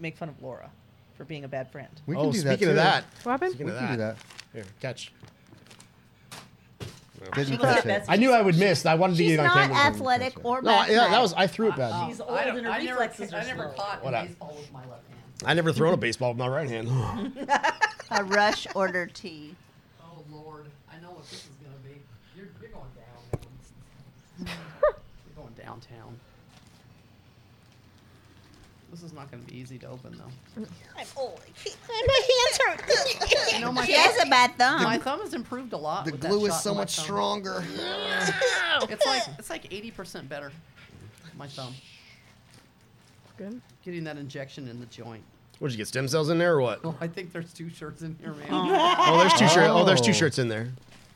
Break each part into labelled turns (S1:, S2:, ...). S1: make fun of Laura for being a bad friend.
S2: We
S3: oh,
S2: can do that.
S3: speaking
S2: too.
S3: of that,
S4: What happened?
S2: we can do that.
S3: Here, catch.
S2: Didn't
S1: was
S2: catch
S1: our
S2: it.
S1: best-
S3: I knew I would miss. I wanted to
S5: She's
S3: get it on
S5: not
S3: camera.
S5: athletic or
S3: No, I,
S5: mathletic.
S3: Oh, yeah, that was I threw it bad.
S1: She's old and her
S6: I never,
S1: reflexes
S6: I
S1: are
S6: never
S1: slow.
S6: caught
S3: What
S6: a
S3: up?
S6: baseball with my left hand.
S3: I never thrown a baseball with my right hand.
S5: a rush order tea.
S6: Oh Lord, I know what this is gonna be. You're, you're going down. you're going downtown. This is not gonna be easy to open though.
S1: I'm old.
S5: My hands hurt.
S6: I know my
S5: she has a bad thumb.
S6: my thumb has improved a lot.
S2: The
S5: Oh,
S6: with that
S2: glue is
S6: shot
S2: so
S6: in my
S2: much
S6: thumb. Oh,
S2: stronger.
S6: It's like it's like eighty percent better. My thumb.
S4: Good.
S6: Getting that injection in the joint.
S3: What'd you get? Stem cells in there or what?
S6: Oh, I think there's two shirts in here, man.
S3: Oh, there's two shirts. Oh, there's
S2: Oh.
S3: two shirts in there.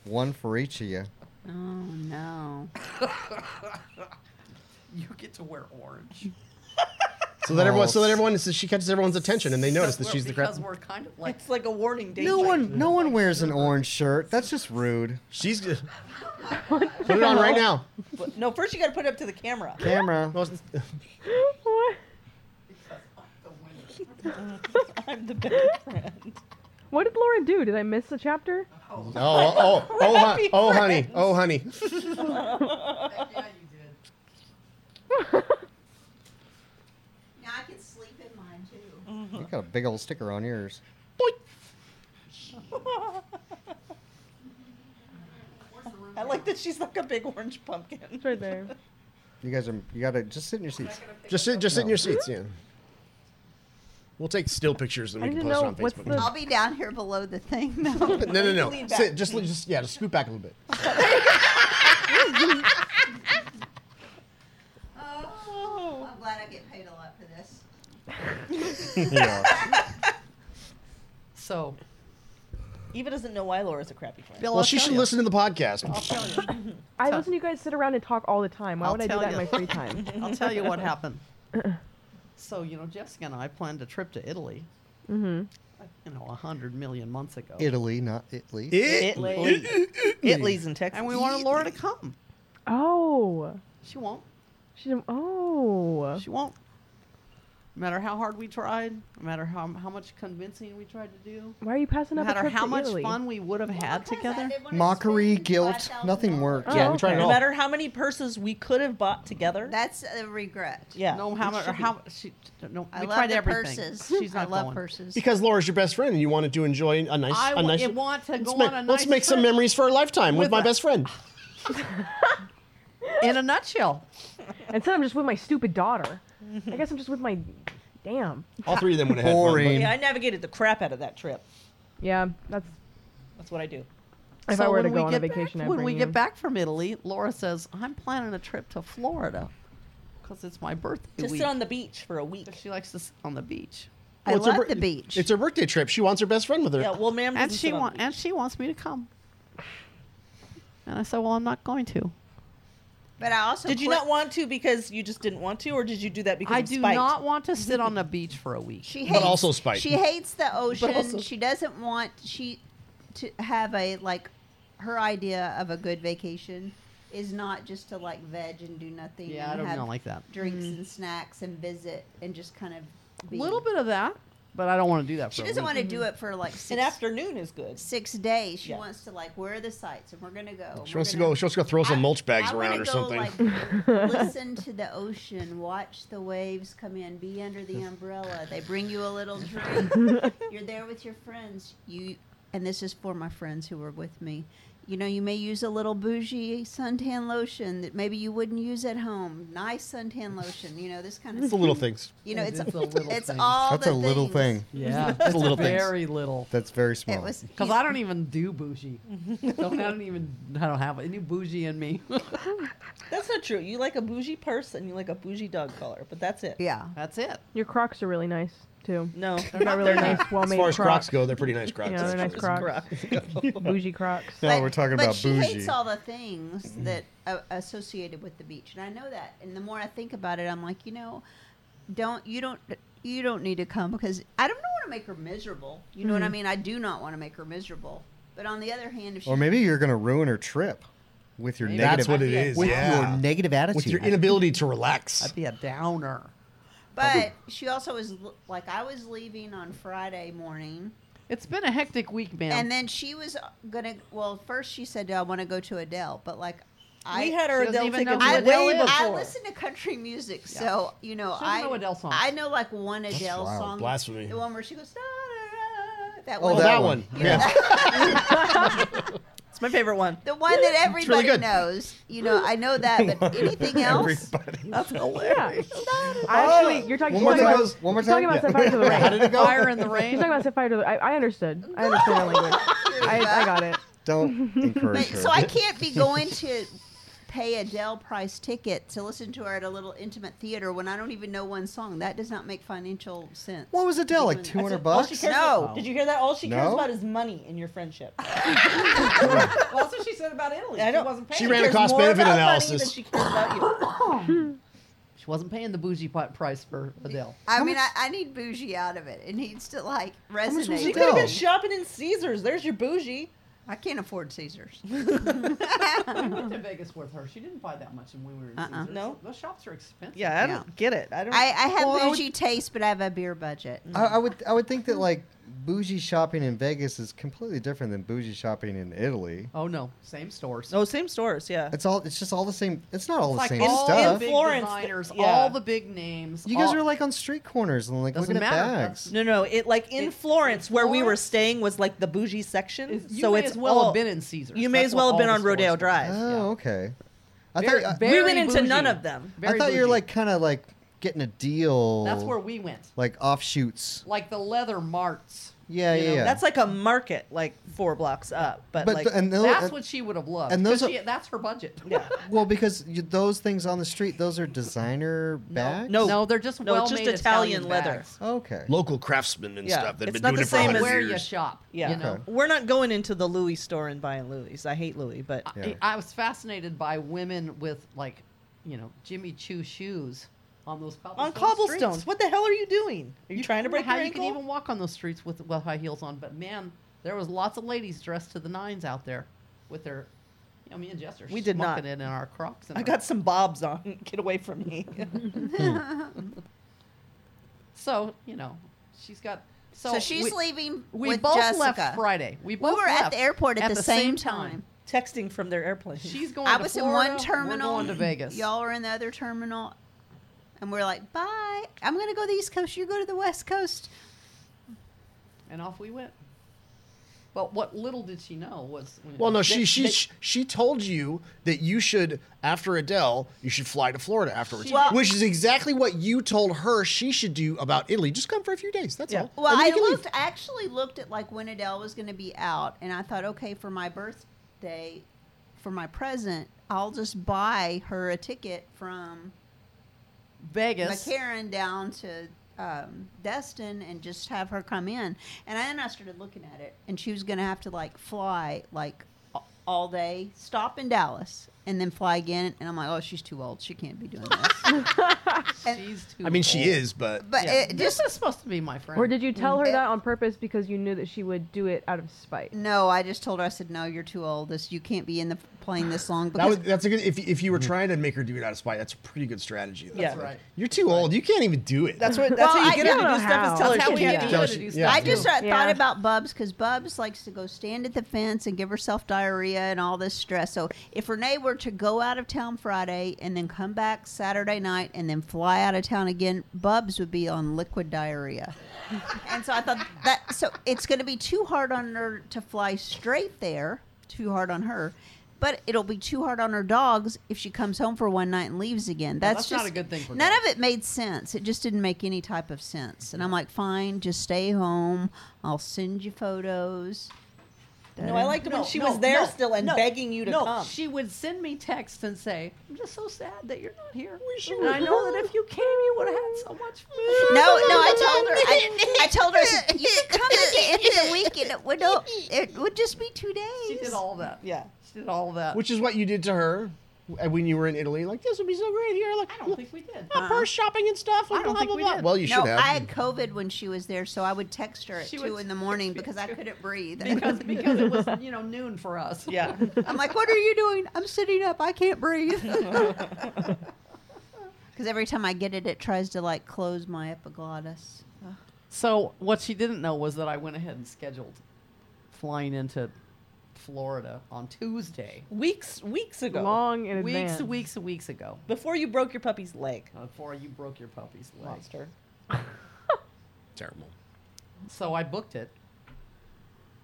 S2: One for each of you.
S5: oh no.
S6: you get to wear orange.
S3: So that everyone, so that
S2: Oh.
S3: everyone, so she catches everyone's attention and they notice that
S6: Because
S3: she's
S6: we're-
S3: the crap.
S6: Because we're kind of like
S1: It's like a warning danger.
S2: No one, no one wears an orange shirt. That's just rude.
S3: She's g- put it on right now. Oh,
S1: But- no, first you got to put it up to the camera.
S2: Camera.
S3: No, it's-
S4: What?
S1: I'm the bad friend.
S4: What did Laura do? Did I miss a chapter?
S3: Oh, oh, oh, oh, hon- oh, honey, oh, honey.
S6: yeah, you did.
S5: Now I can sleep in mine too.
S2: You got a big old sticker on yours.
S1: I like that she's like a big orange pumpkin.
S4: It's right there.
S2: You guys are. You gotta just sit in your seats.
S3: Just sit, just sit in your seats. Yeah. We'll take still pictures and
S4: I
S3: we can
S4: didn't
S3: post it
S4: know
S3: on
S4: what's
S3: Facebook.
S4: the-
S5: I'll be down here below the thing though.
S3: No, no,
S1: Lean
S3: no.
S1: back.
S3: Sit, just, just, yeah, just scoot back a little bit.
S5: oh, I'm glad I get paid a lot for this.
S2: Yeah.
S6: So,
S1: Eva doesn't know why Laura's a crappy friend.
S6: Bill,
S3: Well,
S6: I'll
S3: she
S6: tell
S3: should
S6: you.
S3: listen to the podcast.
S6: I'll tell you.
S4: I listen to you guys sit around and talk all the time. Why
S6: I'll
S4: would I do
S6: tell
S4: that in
S6: ya.
S4: my free time?
S6: I'll tell you what happened. so, you know, Jessica and I planned a trip to Italy,
S4: Mm-hmm.
S6: you know, a hundred million months ago.
S2: Italy, not Italy.
S1: Italy. Italy's in Texas.
S6: And we wanted Laura to come.
S4: Oh.
S6: She won't.
S4: She didn't. Oh.
S6: She won't. No matter how hard we tried, no matter how, how much convincing we tried to do,
S4: Why are you passing
S6: no
S4: up a
S6: matter
S4: trip
S6: how
S4: to
S6: much
S4: Italy?
S6: fun we would have had together.
S2: Mockery, guilt, nothing worked.
S4: Oh,
S3: Yeah, we tried it
S4: okay.
S1: no
S3: all.
S1: matter how many purses we could have bought together.
S5: That's a regret.
S1: yeah.
S6: No, how
S1: it
S6: much?
S1: should be.
S6: How she? No,
S5: I
S6: we
S5: love
S6: tried
S5: the
S6: everything.
S5: purses.
S6: She's not
S5: I love
S6: going.
S5: purses.
S3: Because Laura's your best friend and you wanted to enjoy a nice,
S6: I
S3: a
S6: wa-
S3: nice.
S6: I want to
S3: let's
S6: go
S3: make,
S6: on a
S3: Let's
S6: nice
S3: make some
S6: trip.
S3: memories for a lifetime with,
S6: With
S3: my
S6: a-
S3: best friend.
S6: In a nutshell,
S4: Instead, I'm just with my stupid daughter. I guess I'm just with my. Damn.
S3: All three of them would have had fun,
S2: Boring.
S1: Yeah, I navigated the crap out of that trip.
S4: Yeah, that's.
S1: That's what I do.
S4: If
S6: So
S4: I were
S6: when
S4: to
S6: we
S4: go on a
S6: get back-
S4: vacation, I'd
S6: when
S4: bring
S6: we
S4: you.
S6: get back from Italy, Laura says, "I'm planning a trip to Florida because it's my birthday
S1: Just
S6: week."
S1: sit on the beach for a week.
S6: she likes to sit on the beach,
S5: I
S3: Well, it's her
S5: love
S3: bir-
S5: the beach.
S3: It's her birthday trip. She wants her best friend with her.
S1: Yeah, well, ma'am.
S6: and
S1: doesn't
S6: she
S1: sit on
S6: want,
S1: the beach.
S6: and she wants me to come. And I said, "Well, I'm not going to.
S5: but I also
S1: Did you
S5: quit-
S1: not want to because you just didn't want to, or did you do that because
S6: I
S1: of
S6: do
S1: spite?
S6: not want to sit on the beach for a week."
S5: She
S3: But
S5: hates,
S3: also spite.
S5: She hates the ocean.
S1: also-
S5: she doesn't want she to have a like her idea of a good vacation is not just to like veg and do nothing.
S6: Yeah, I
S5: and
S6: don't-
S5: have
S6: don't like that.
S5: Drinks and snacks and visit and just kind of
S6: A
S5: be.
S6: little bit of that, but I don't want to do that.
S5: She
S6: for
S5: doesn't
S6: a week.
S5: want to do it for like
S1: An
S5: six,
S1: afternoon is good.
S5: six days. She
S1: Yeah.
S5: wants to like where are the sites and we're gonna go.
S3: She
S5: We're
S3: wants to
S5: gonna-
S3: go. She wants to go throw some
S5: I-
S3: mulch bags
S5: I wanna
S3: around or
S5: go,
S3: something.
S5: like, listen to the ocean, watch the waves come in, be under the umbrella. They bring you a little drink. You're there with your friends. You and this is for my friends who were with me. You know, you may use a little bougie suntan lotion that maybe you wouldn't use at home. Nice suntan lotion, you know, this kind of
S3: it's the little things.
S5: You know,
S6: It
S5: it's
S6: is the little
S5: it's
S6: things.
S5: all
S2: That's a
S5: the
S2: little thing.
S5: things.
S6: Yeah, that's
S3: little things.
S6: very little.
S2: That's very small.
S5: It was
S6: Because I don't even do bougie. don't, I don't even. I don't have any bougie in me.
S1: That's not true. You like a bougie purse and you like a bougie dog collar, but that's it.
S5: yeah.
S6: That's it.
S4: Your Crocs are really nice too.
S1: No,
S4: They're not really nice, well
S3: As
S4: made
S3: far as
S4: Crocs.
S3: Crocs go, they're pretty nice Crocs.
S4: Yeah, they're nice
S3: actually.
S4: Crocs. Bougie Crocs.
S2: No, we're talking
S5: but
S2: about
S5: she
S2: bougie.
S5: hates all the things that uh, associated with the beach, and I know that. And the more I think about it, I'm like, you know, don't you don't you don't need to come because I don't want to make her miserable. You know what I
S2: Mm-hmm.
S5: mean? I do not want to make her miserable. But on the other hand, if she
S2: Or maybe you're gonna ruin her trip with your negative.
S3: That's what it is.
S2: With
S3: yeah.
S2: your negative attitude.
S3: With your inability to relax.
S6: I'd be a downer.
S5: But she also was l- like, I was leaving on Friday morning,
S6: It's been a hectic week, man.
S5: and then she was gonna. Well, first she said, "Do I want to go to Adele?" But like, I
S1: we had our
S6: She doesn't
S1: Adele
S6: even
S1: tickets
S6: know who
S1: way
S5: I,
S6: Adele
S1: before.
S5: I
S6: is.
S5: listen to country music, so you know
S6: She doesn't
S5: I
S6: know Adele songs.
S5: I know like one Adele
S2: wild.
S5: song,
S3: Blasphemy.
S5: the one where she goes, "Da-da-da," that
S3: Oh,
S5: one.
S3: that one.
S2: Yeah.
S1: It's my favorite one.
S5: The one that
S3: really
S5: everybody
S3: good.
S5: knows, you know, I know that, but anything else?
S2: Everybody.
S1: That's hilarious.
S4: Actually, you're talking.
S2: One more
S4: you're talking
S2: time.
S4: about-
S2: goes- One more
S4: You're talking
S2: time.
S4: about set fire to the
S3: How did
S4: rain.
S3: it go?
S6: Fire in the
S4: You're
S6: rain.
S4: talking about set fire to the. I, I understood. I understood the language. I, I got it.
S2: Don't encourage
S5: But,
S2: her.
S5: so I can't be going to pay a Dell price ticket to listen to her at a little intimate theater when I don't even know one song. That does not make financial sense.
S2: what was Adele like? Two
S1: That's
S2: hundred
S1: it. All she
S2: bucks?
S1: cares
S5: No.
S1: about- Did you hear that? All she cares
S2: No?
S1: about is money and your friendship.
S7: Well, that's what she said about Italy.
S1: I
S7: She
S1: don't-
S7: wasn't paying.
S3: She ran a
S1: cares
S3: cost
S1: more
S3: benefit
S1: about money
S3: analysis.
S1: Than she cares about you.
S6: She wasn't paying the bougie pot price for Adele.
S5: I mean, I, I need bougie out of it. It needs to like
S2: much was
S5: resonate.
S1: She
S2: it?
S1: could have
S2: No.
S1: been shopping in Caesars. There's your bougie.
S5: I can't afford Caesars.
S6: I went to Vegas with her. She didn't buy that much when we were in
S5: Uh-uh.
S6: Caesars.
S1: No.
S6: Those shops are expensive.
S1: Yeah, I
S5: don't
S1: don't get it. I don't.
S5: I, I have
S2: Well, I would-
S5: bougie taste, but I have a beer budget.
S2: I, I would I would think that like bougie shopping in Vegas is completely different than bougie shopping in Italy.
S6: Oh no, same stores.
S1: oh, same stores. Yeah.
S2: It's all it's just all the same. It's not all
S6: It's
S2: the
S6: like
S2: same
S6: all the
S2: stuff.
S6: big
S1: Florence,
S6: designers,
S1: yeah.
S6: all the big names.
S2: you guys
S6: all-
S2: are like on street corners and like
S6: Doesn't
S2: looking at
S6: matter.
S2: bags.
S1: No, no. It like in
S6: It-
S1: Florence, where we were
S6: Florence-
S1: staying, was like the bougie section.
S6: Is- you
S1: so
S6: may
S1: it's
S6: as well
S1: all,
S6: have been in Caesars.
S1: You may
S6: That's
S1: as well
S6: what
S1: have been
S6: all
S1: on
S6: the stores
S1: Rodeo
S6: were.
S1: Drive.
S2: Oh,
S6: Yeah.
S2: okay. I
S6: Very-
S2: thought I-
S6: very
S1: We went into
S6: bougie.
S1: none of them.
S2: I,
S6: Very
S2: thought you were
S6: bougie.
S2: like kind of like getting a deal.
S6: That's where we went.
S2: like offshoots.
S6: Like the leather marts.
S2: Yeah,
S6: you
S2: yeah,
S6: know?
S2: yeah.
S1: That's like a market, like four blocks up. But,
S2: but
S1: like,
S2: the- and tho-
S6: That's
S2: and-
S6: what she would have loved.
S2: and
S6: And
S2: those
S6: she,
S2: are-
S6: that's her budget.
S1: yeah.
S2: well because you, those things on the street those are designer bags.
S1: No.
S6: No, they're just
S1: No,
S6: well
S1: it's just
S6: made
S1: Italian leather.
S6: bags.
S2: Okay.
S3: Local craftsmen and
S1: Yeah,
S3: stuff that have
S1: it's
S3: been
S1: not
S3: doing
S1: the
S3: it for
S1: same as-
S3: hundred
S6: Where
S3: years.
S6: you shop.
S1: Yeah.
S6: You know?
S2: Okay.
S1: We're not going into the Louis store and buying Louis. I hate Louis, but
S6: I-
S2: Yeah.
S6: I, was fascinated by women with like, you know, Jimmy Choo shoes on those cobblestone
S1: on cobblestones,
S6: streets.
S1: what the hell are you doing? Are you, trying to
S6: I don't know
S1: break your
S6: how you
S1: ankle?
S6: can even walk on those streets with well high heels on? But man, there was lots of ladies dressed to the nines out there with their. You know, me and Jess are
S1: We did not.
S6: smucking it in our Crocs. And
S1: I
S6: our-
S1: got some bobs on. Get away from me.
S6: so you know, she's got. So,
S5: So, she's
S6: we,
S5: leaving
S6: We
S5: with
S6: both
S5: Jessica.
S6: left Friday. We
S5: We
S6: both
S5: were
S6: left
S5: at the airport at, the, same, time.
S1: Texting from their airplane.
S6: She's going.
S5: I
S6: to
S5: was
S6: Florida,
S5: in one terminal.
S6: We're going to Vegas.
S5: Y'all are in the other terminal, and we're like, "Bye! I'm gonna go to the East Coast. You go to the West Coast."
S6: and off we went. But what little did she know was. you know,
S3: Well, no,
S6: that-
S3: she she
S6: that-
S3: she- she told you that you should after Adele, you should fly to Florida afterwards,
S6: She did.
S3: which is exactly what you told her she should do about Italy. Just come for a few days. That's
S1: Yeah.
S3: all.
S5: Well,
S3: And then
S5: I
S3: you can leave.
S5: looked. I actually looked at like when Adele was gonna be out, and I thought, okay, for my birthday, for my present, I'll just buy her a ticket from
S6: Vegas.
S5: McCarran down to um, Destin and just have her come in. And then I started looking at it, and she was going to have to like fly like a- all day, stop in Dallas, and then fly again. And I'm like, oh, she's too old. She can't be doing this.
S6: She's too.
S3: I mean, she
S6: old.
S3: is, but
S5: but
S6: Yeah.
S5: it
S6: this
S5: just.
S6: is supposed to be my friend.
S4: Or did you tell her that on purpose because you knew that she would do it out of spite?
S5: No, I just told her. I said, "No, you're too old. This you can't be in the plane this long."
S3: that
S5: Because
S3: was that's a good. If, if you were trying to make her do it out of spite, that's a pretty good strategy. though.
S1: Yeah.
S6: right.
S3: You're too old. You can't even do it.
S1: that's what. That's
S5: Well,
S1: how you
S5: I-
S1: get
S5: you
S1: her to
S4: don't
S1: do
S4: know
S1: stuff.
S4: how.
S1: Is tell her
S6: That's
S1: she
S6: how we
S1: can't
S6: get
S1: do
S6: you
S1: it.
S6: to do
S3: Yeah.
S6: stuff
S5: I just
S6: too.
S5: uh,
S4: Yeah.
S5: thought about Bubs because Bubs likes to go stand at the fence and give herself diarrhea and all this stress. So if Renee were to go out of town Friday and then come back Saturday night and then fly out of town again, Bubs would be on liquid diarrhea. and so I thought that so it's going to be too hard on her to fly straight there. Too hard on her. But it'll be too hard on her dogs if she comes home for one night and leaves again. That's,
S6: that's not
S5: just
S6: a good thing for
S5: none
S6: dogs.
S5: of it made sense. It just didn't make any type of sense. And I'm like, fine, just stay home. I'll send you photos.
S1: No, I liked it when she was there still and begging you to
S6: no,
S1: come.
S6: She would send me texts and say, I'm just so sad that you're not here. And I know that if you came, you would have had so much fun.
S5: No, no, I told her. I, I told her I said, you could come at the end of the week, and it would no, it would just be two days.
S6: She did all that.
S1: Yeah.
S6: She did all that.
S3: Which is what you did to her uh, when you were in Italy. Like this would be so great here. Like
S6: I don't think we did.
S3: uh, purse shopping and stuff. Like,
S6: I don't
S3: blah,
S6: think
S3: blah,
S6: we
S3: blah.
S6: did.
S3: Well, you
S5: Uh-huh. no,
S3: should have.
S5: I had COVID when she was there, so I would text her at
S6: She
S5: two
S6: would
S5: in the morning
S6: text me
S5: because
S6: at
S5: I
S6: two.
S5: couldn't breathe.
S6: because because it was you know noon for us.
S1: Yeah.
S5: I'm like, what are you doing? I'm sitting up. I can't breathe. Because Because every time I get it, it tries to like close my epiglottis. Ugh.
S6: So what she didn't know was that I went ahead and scheduled flying into Florida on Tuesday.
S1: Weeks weeks ago.
S4: Long in
S6: Weeks
S4: advance.
S6: and weeks and weeks ago.
S1: Before you broke your puppy's leg.
S6: Before you broke your puppy's leg.
S1: Monster.
S3: Terrible.
S6: So I booked it,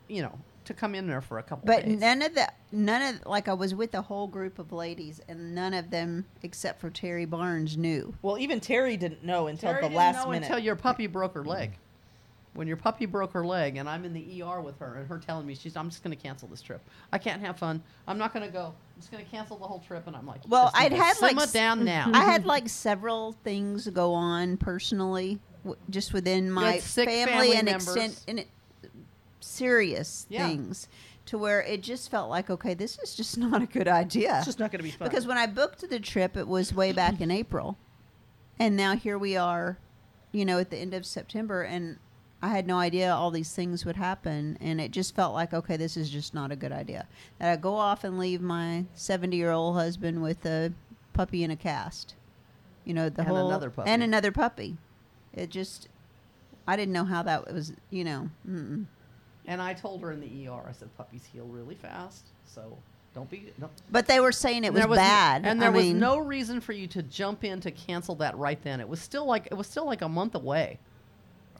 S6: you know, to come in there for a couple
S5: But
S6: days.
S5: none of the none of like I was with a whole group of ladies, and none of them except for Terry Barnes knew.
S1: Well, even Terry didn't know until
S6: Terry
S1: the
S6: didn't
S1: last
S6: know
S1: minute.
S6: Until your puppy broke her leg. When your puppy broke her leg, and I'm in the ER with her, and her telling me she's, I'm just going to cancel this trip. I can't have fun. I'm not going to go. I'm just going to cancel the whole trip. And I'm like, "You
S5: Well,
S6: just need
S5: I'd
S6: to
S5: had, like,
S6: simmer
S5: s-
S6: down now.
S5: I had like several things go on personally, w- just within my
S6: had sick
S5: family,
S6: family
S5: and
S6: members.
S5: extent and it, serious
S6: Yeah.
S5: things, to where it just felt like okay, this is just not a good idea.
S1: It's just not going to be fun.
S5: because when I booked the trip, it was way back in April, and now here we are, you know, at the end of September, and I had no idea all these things would happen, and it just felt like okay, this is just not a good idea. That I go off and leave my seventy-year-old husband with a puppy in a cast, you know, the
S6: And
S5: whole
S6: another puppy.
S5: and another puppy. It just, I didn't know how that was, you know. Mm-mm.
S6: And I told her in the ER, I said, puppies heal really fast. So don't be. No.
S5: But they were saying it was,
S6: there was n-
S5: bad,
S6: and
S5: I
S6: there was
S5: mean-
S6: no reason for you to jump in to cancel that right then. It was still like it was still like a month away.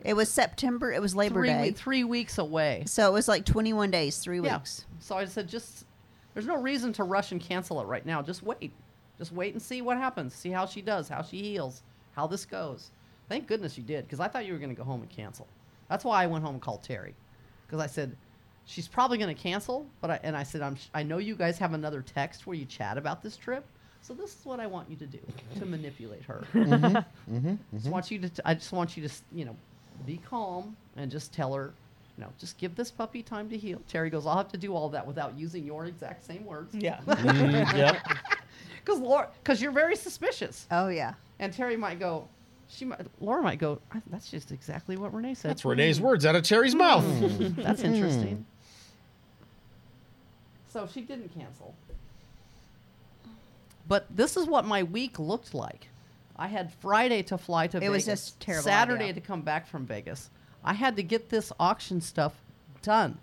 S5: It was September. It was Labor
S6: three,
S5: Day.
S6: we- three weeks away.
S5: So it was like 21 days, three
S6: Yeah.
S5: weeks.
S6: So I said, just there's no reason to rush and cancel it right now. Just wait. Just wait and see what happens. See how she does, how she heals, how this goes. Thank goodness you did, because I thought you were going to go home and cancel. That's why I went home and called Terry, because I said she's probably going to cancel. But I, and I said, I'm, sh- I know you guys have another text where you chat about this trip. So this is what I want you to do to manipulate her.
S5: Mm-hmm.
S6: I just want you to. T- I just want you to, s- you know, be calm and just tell her, you know, just give this puppy time to heal. Terry goes, I'll have to do all that without using your exact same words.
S1: yeah.
S3: yep.
S6: Because Laura, because you're very suspicious,
S5: Oh, yeah.
S6: and Terry might go, she might, Laura might go, "I- that's just exactly what Renee said.
S3: That's Oh. Renee's words out of Terry's mouth.
S6: Mm. That's
S5: Mm-hmm.
S6: interesting. So she didn't cancel. But this is what my week looked like. I had Friday to fly to
S5: It was
S6: Vegas.
S5: just a terrible
S6: Saturday
S5: idea.
S6: to come back from Vegas. I had to get this auction stuff done.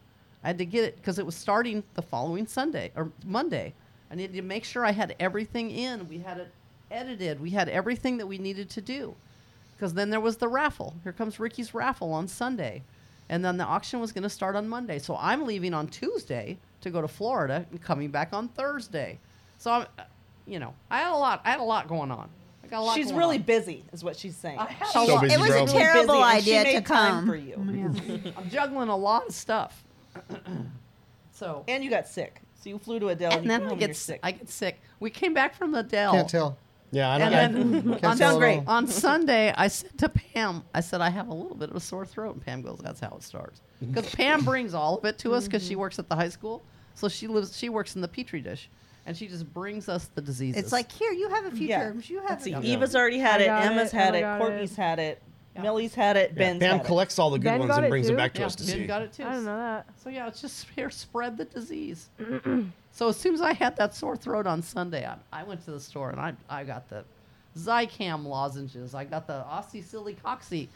S6: I had to get it because it was starting the following Sunday or Monday. I needed to make sure I had everything in. We had it edited. We had everything that we needed to do. Because then there was the raffle. Here comes Ricky's raffle on Sunday. And then the auction was going to start on Monday. So I'm leaving on Tuesday to go to Florida and coming back on Thursday. So I'm, uh, you know, I had a lot. I had a lot going on. I got a lot.
S1: She's
S6: going
S1: really
S6: on.
S1: busy, is what she's saying.
S6: I had a
S1: She's
S3: So
S6: lot.
S3: busy,
S5: It was
S3: bro.
S5: a terrible
S1: busy, and she
S5: idea to
S1: made time
S5: come.
S1: for
S6: Oh,
S1: you.
S6: I'm juggling a lot of stuff. so
S1: And you got sick, so you flew to Adele.
S6: and
S1: you
S6: then
S1: come
S6: I
S1: home
S6: get
S1: you're
S6: s-
S1: sick.
S6: I get sick. We came back from Adele.
S2: Can't tell.
S3: Yeah, I don't
S6: And
S3: I-
S6: then
S2: Can't
S6: on,
S2: tell at
S1: great.
S2: all.
S6: on Sunday, I said to Pam, I said, I have a little bit of a sore throat. And Pam goes, That's how it starts. Because Pam brings all of it to us because
S1: Mm-hmm.
S6: she works at the high school. So she lives, she works in the Petri dish. And she just brings us the diseases.
S5: It's like, here, you have a few
S1: Yeah.
S5: terms. You have
S1: Let's see,
S5: a
S3: Yeah.
S1: Eva's already had
S4: I
S1: it.
S4: got
S1: Emma's
S4: it.
S1: had
S4: I
S1: it.
S4: got
S1: Courtney's
S4: it.
S1: had it.
S6: Yeah.
S1: Melly's had it.
S3: Yeah,
S1: Ben's
S3: Pam
S1: had
S3: collects all the good
S4: Ben
S3: ones
S4: got
S3: and
S4: it
S3: brings them
S4: too?
S3: back to
S6: yeah,
S3: us to
S6: Ben
S3: see.
S6: got it too.
S4: I don't know that.
S6: So yeah, it's just here spread the disease. so as soon as I had that sore throat on Sunday, I, I went to the store and I, I got the Zycam lozenges. I got the Oxycillicoxy,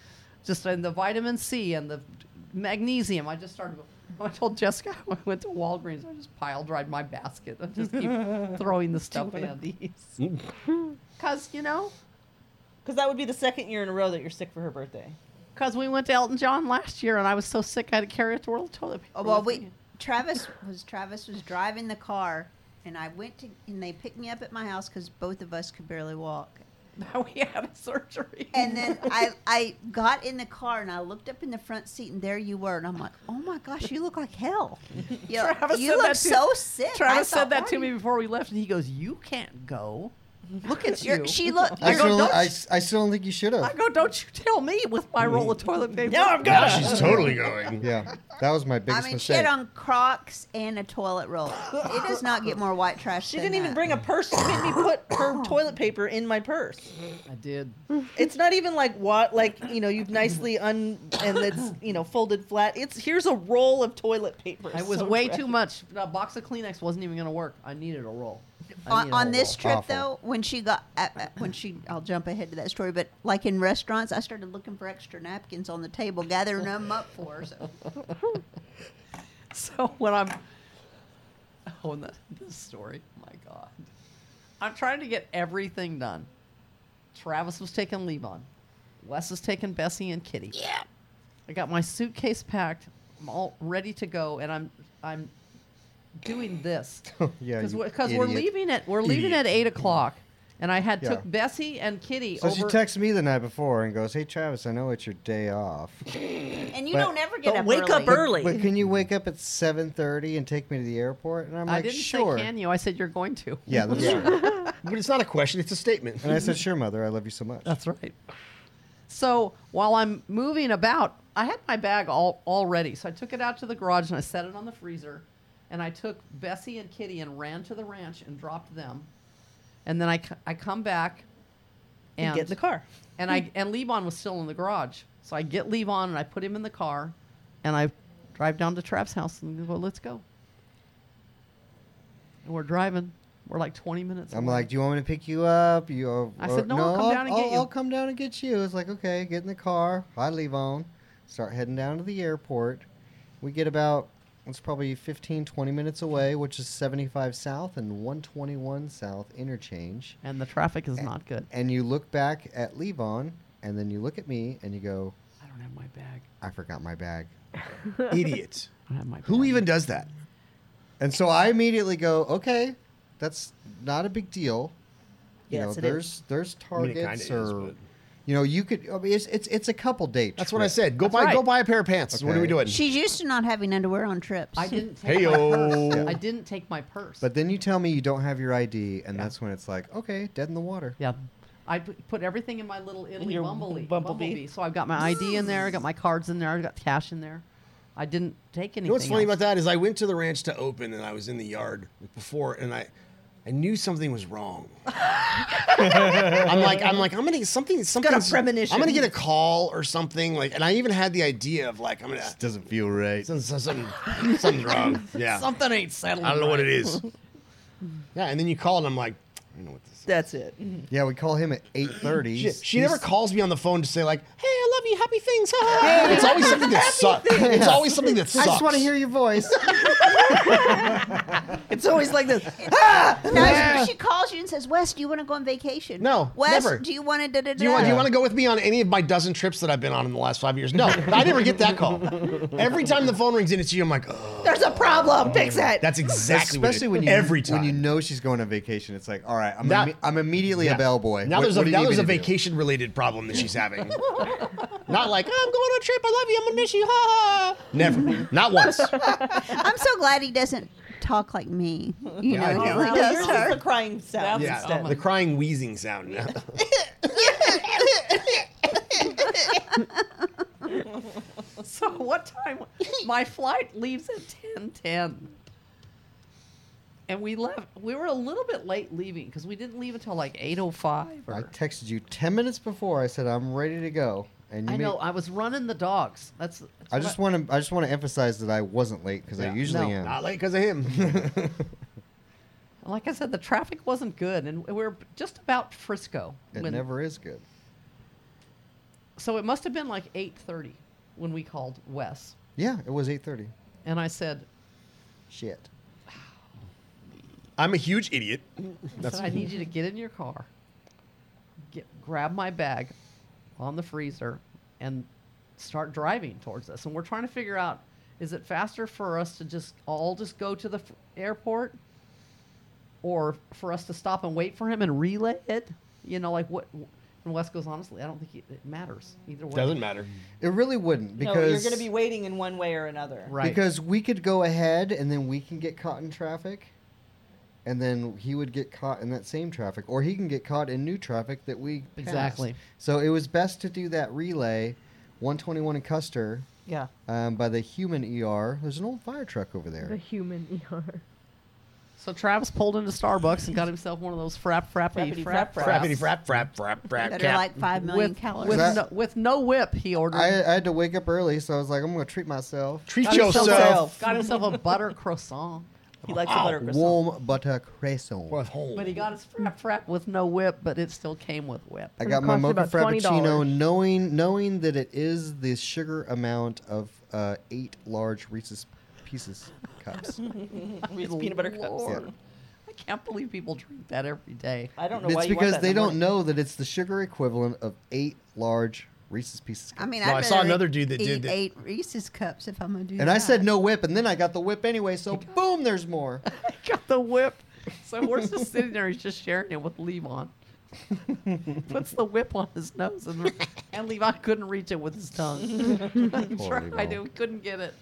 S6: just and the vitamin C and the magnesium. I just started. I told Jessica when I went to Walgreens. I just pile drive my basket. I just keep throwing the stuff
S1: Doing
S6: in. Cause you know,
S1: Because that would be the second year in a row that you're sick for her birthday.
S6: cause we went to Elton John last year and I was so sick I had to carry it to roll toilet paper.
S5: Oh, well,
S6: with
S5: we
S6: me.
S5: Travis was Travis was driving the car, and I went to and they picked me up at my house because both of us could barely walk.
S6: now we had a surgery.
S5: And then I I got in the car and I looked up in the front seat and there you were and I'm like, oh my gosh, you look like hell. You,
S6: Travis
S5: you
S6: said
S5: look
S6: that to-
S5: so sick. I
S6: Travis
S5: thought,
S6: said that
S5: why
S6: to
S5: do
S6: me
S5: you-
S6: before we left, and he goes, "You can't go. Look at you."
S5: You're, she looked.
S2: I
S5: You're,
S2: still,
S6: don't-
S2: I, s- I still don't think you should
S6: I
S2: have.
S6: go, "Don't you tell me with my roll of toilet paper."
S1: Now I'm
S3: Now
S1: gonna.
S3: she's totally going.
S2: Yeah, that was my
S5: I
S2: biggest
S5: mean, she
S2: mistake.
S5: had on Crocs and a toilet roll. It does not get more white trash.
S1: She
S5: than
S1: didn't even
S5: that.
S1: bring a purse. She made me put her toilet paper in my purse.
S6: I did.
S1: It's not even like what, like you know, you've nicely un and it's you know folded flat. It's here's a roll of toilet paper.
S6: It was
S1: So
S6: way
S1: trash.
S6: too much. A box of Kleenex wasn't even going to work. I needed a roll. I
S5: on, on
S6: need a
S3: oh,
S6: whole
S5: this
S6: wall.
S5: trip
S2: Awful.
S5: though when she got uh, uh, when she i'll jump ahead to that story but like in restaurants i started looking for extra napkins on the table gathering them up for her so
S6: So when I'm, oh, and the, this story, my God, I'm trying to get everything done. Travis was taking Levon, Wes is taking Bessie and Kitty. Yeah. I got my suitcase packed. I'm all ready to go, and I'm I'm doing this
S2: yeah,
S6: because
S2: you
S6: we're, 'cause we're
S2: idiot.
S6: leaving at we're leaving
S3: Idiot.
S6: at eight o'clock, and I had
S2: Yeah.
S6: took Bessie and Kitty
S2: So
S6: over.
S2: she texts me the night before and goes, "Hey Travis, I know it's your day off,
S5: and you
S2: But-
S5: don't ever get
S8: But
S5: up
S8: wake
S5: early.
S8: up early.
S2: but can you wake up at 7:30 and take me to the airport?" And I'm
S6: I
S2: like,
S6: didn't
S2: "Sure."
S6: say can you. I said you're going to.
S2: Yeah, that's
S3: Yeah.
S2: true.
S3: But it's not a question; it's a statement.
S2: And I said, "Sure, mother, I love you so much."
S6: That's right. So while I'm moving about, I had my bag all already. So I took it out to the garage and I set it on the freezer. And I took Bessie and Kitty and ran to the ranch and dropped them. And then I, c- I come back and,
S1: get in the car.
S6: And I and Levon was still in the garage. So I get Levon and I put him in the car and I drive down to Trap's house and go, let's go. And we're driving. We're like 20 minutes.
S2: I'm
S6: away.
S2: like, "Do you want me to pick you up?" You, or,
S6: I
S2: or-
S6: said, "No, I'll come down and get you."
S2: I'll come down and get you." It's like, "Okay, get in the car." I leave on, start heading down to the airport. We get about it's probably 15, 20 minutes away, which is 75 south and 121 south interchange.
S6: and the traffic
S3: eh,
S6: is not good.
S2: And you look back at Levon, and then you look at me, and you go,
S6: I don't have my bag.
S2: "I forgot my bag."
S3: Idiot.
S6: I don't have my
S3: Who
S6: bag.
S3: even does that?
S2: And so I immediately go, "Okay, that's not a big deal." You
S8: Yes,
S2: know,
S8: it
S2: there's
S8: is.
S2: there's
S3: I mean, it
S2: targets
S3: kinda is,
S2: or
S3: but-
S2: you know you could. I mean, it's it's it's a couple date.
S3: That's what I
S2: trip.
S3: said. Go
S6: That's
S3: buy go
S6: right.
S3: buy a pair of pants. What are we
S2: Okay.
S3: doing?
S5: she's used to not having underwear on trips
S6: I didn't. Take
S3: Hey
S6: my purse.
S3: yo.
S6: I didn't take my purse.
S2: But then you tell me you don't have your ID, and
S6: Yeah.
S2: that's when it's like, okay, dead in the water.
S6: yeah, I pu- put everything in my little Italy
S8: Your
S6: bumblebee,
S8: bumblebee.
S6: bumblebee. So I've got my ID in there. I got my cards in there. I got cash in there. I didn't take anything.
S3: You know what's funny
S6: else.
S3: about that is I went to the ranch to open and I was in the yard before and I I knew something was wrong. I'm like I'm like I'm gonna get something something
S8: premonition.
S3: I'm gonna get a call or something like and I even had the idea of like I'm gonna
S2: doesn't feel right.
S3: something, something something's wrong. Yeah.
S6: Something ain't settled.
S3: I don't know
S6: right.
S3: what it is. Yeah, and then you call and I'm like, I don't know what this is.
S8: That's it.
S2: Yeah, we call him at eight thirty.
S3: She, she never calls me on the phone to say like, "Hey, I love you, happy things." ha, ha, ha." it's always something that sucks. It's always something that
S2: I
S3: sucks.
S2: just want to hear your voice.
S8: It's always like this.
S5: no she calls you and says wes do you want to go on vacation
S3: No,
S5: wes
S3: never.
S5: do you want to da, da, da,
S3: Do you, want, do you want to go with me on any of my dozen trips that I've been on in the last five years? No, I never get that call. Every time the phone rings in, it's you. I'm like, oh,
S8: There's a problem. Fix it.
S3: that's exactly. what it-
S2: Especially when you
S3: every time
S2: when you know she's going on vacation, it's like, all right, I'm
S3: That-
S2: imme- I'm immediately
S3: Yeah.
S2: a bellboy.
S3: Now
S2: What-
S3: there's a
S2: what do you
S3: now
S2: need
S3: there's
S2: me
S3: a
S2: to do?
S3: vacation related problem that she's having. Not like "Oh, I'm going on a trip. I love you. I'm gonna miss you. Ha ha. Never. Not once.
S5: i'm so glad he doesn't talk like me you
S3: Yeah, I
S5: know
S3: do.
S5: he only
S3: Well,
S5: does her
S8: the crying sound
S3: Yeah,
S8: instead.
S3: the crying wheezing sound.
S6: So what time? My flight leaves at ten ten, and we left. We were a little bit late leaving because we didn't leave until like eight oh five.
S2: I texted you ten minutes before. I said I'm ready to go, and you
S6: I
S2: made-
S6: know. I was running the dogs. That's. that's
S2: I
S6: what
S2: just want to I just want to emphasize that I wasn't late because
S3: Yeah.
S2: I usually
S6: No.
S2: am.
S3: Not late because of him.
S6: Like I said, the traffic wasn't good, and we are just about Frisco.
S2: It
S6: when-
S2: never is good.
S6: So it must have been like eight thirty when we called Wes,
S2: Yeah, it was eight thirty.
S6: and I said,
S2: Shit.
S3: I'm a huge idiot.
S6: I, said, I need you to get in your car, get, grab my bag on the freezer, and start driving towards us. And we're trying to figure out is it faster for us to just all just go to the f- airport or for us to stop and wait for him and relay it? You know, like what? And Wes goes, honestly, I don't think it, it matters either way.
S3: Doesn't matter.
S2: It really wouldn't because
S8: no, you're going to be waiting in one way or another.
S6: Right.
S2: because we could go ahead and then we can get caught in traffic, and then he would get caught in that same traffic, or he can get caught in new traffic that we passed.
S6: Exactly.
S2: So it was best to do that relay, one twenty one in Custer,
S8: Yeah.
S2: um, by the human ER. There's an old fire truck over
S4: The
S2: there.
S4: human ER.
S6: So Travis pulled into Starbucks and got himself one of those frap frappity
S8: Frappity frap
S6: frap fraps.
S3: Frappity frap frap frap frap.
S5: that are
S3: cap.
S5: like five million
S6: with,
S5: calories
S6: with,
S2: That-
S6: no, with no whip, he ordered.
S2: I, I had to wake up early, so I was like, I'm gonna treat myself.
S3: Treat
S8: Got yourself
S3: yourself.
S6: got himself a butter croissant.
S8: He likes the butter croissant.
S2: Oh, Warm butter croissant.
S3: We're at home.
S6: But he got his frap frap with no whip, but it still came with whip.
S2: I
S4: It
S2: got my
S4: cost
S2: mocha
S4: about $20.
S2: frappuccino, knowing knowing that it is the sugar amount of uh, eight large Reese's Pieces cups.
S8: Reese's peanut butter cups.
S6: Lord. I can't believe people drink that every day.
S8: I don't know why
S2: it's
S8: you want
S2: because
S8: that in
S2: they
S8: the
S2: don't
S8: morning.
S2: know that it's the sugar equivalent of eight large Reese's Pieces cups.
S5: I mean,
S3: Well,
S5: I'd
S3: I saw
S5: rather
S3: another dude that
S5: eat
S3: did that.
S5: eight Reese's cups if I'm gonna do that.
S2: and I said no whip, and then I got the whip anyway. So boom, there's more.
S6: I got the whip. So Horse is sitting there. He's just sharing it with Levon. Puts the whip on his nose, and, and Levon couldn't reach it with his tongue.
S2: Poor
S6: I
S2: Levon.
S6: do, couldn't get it.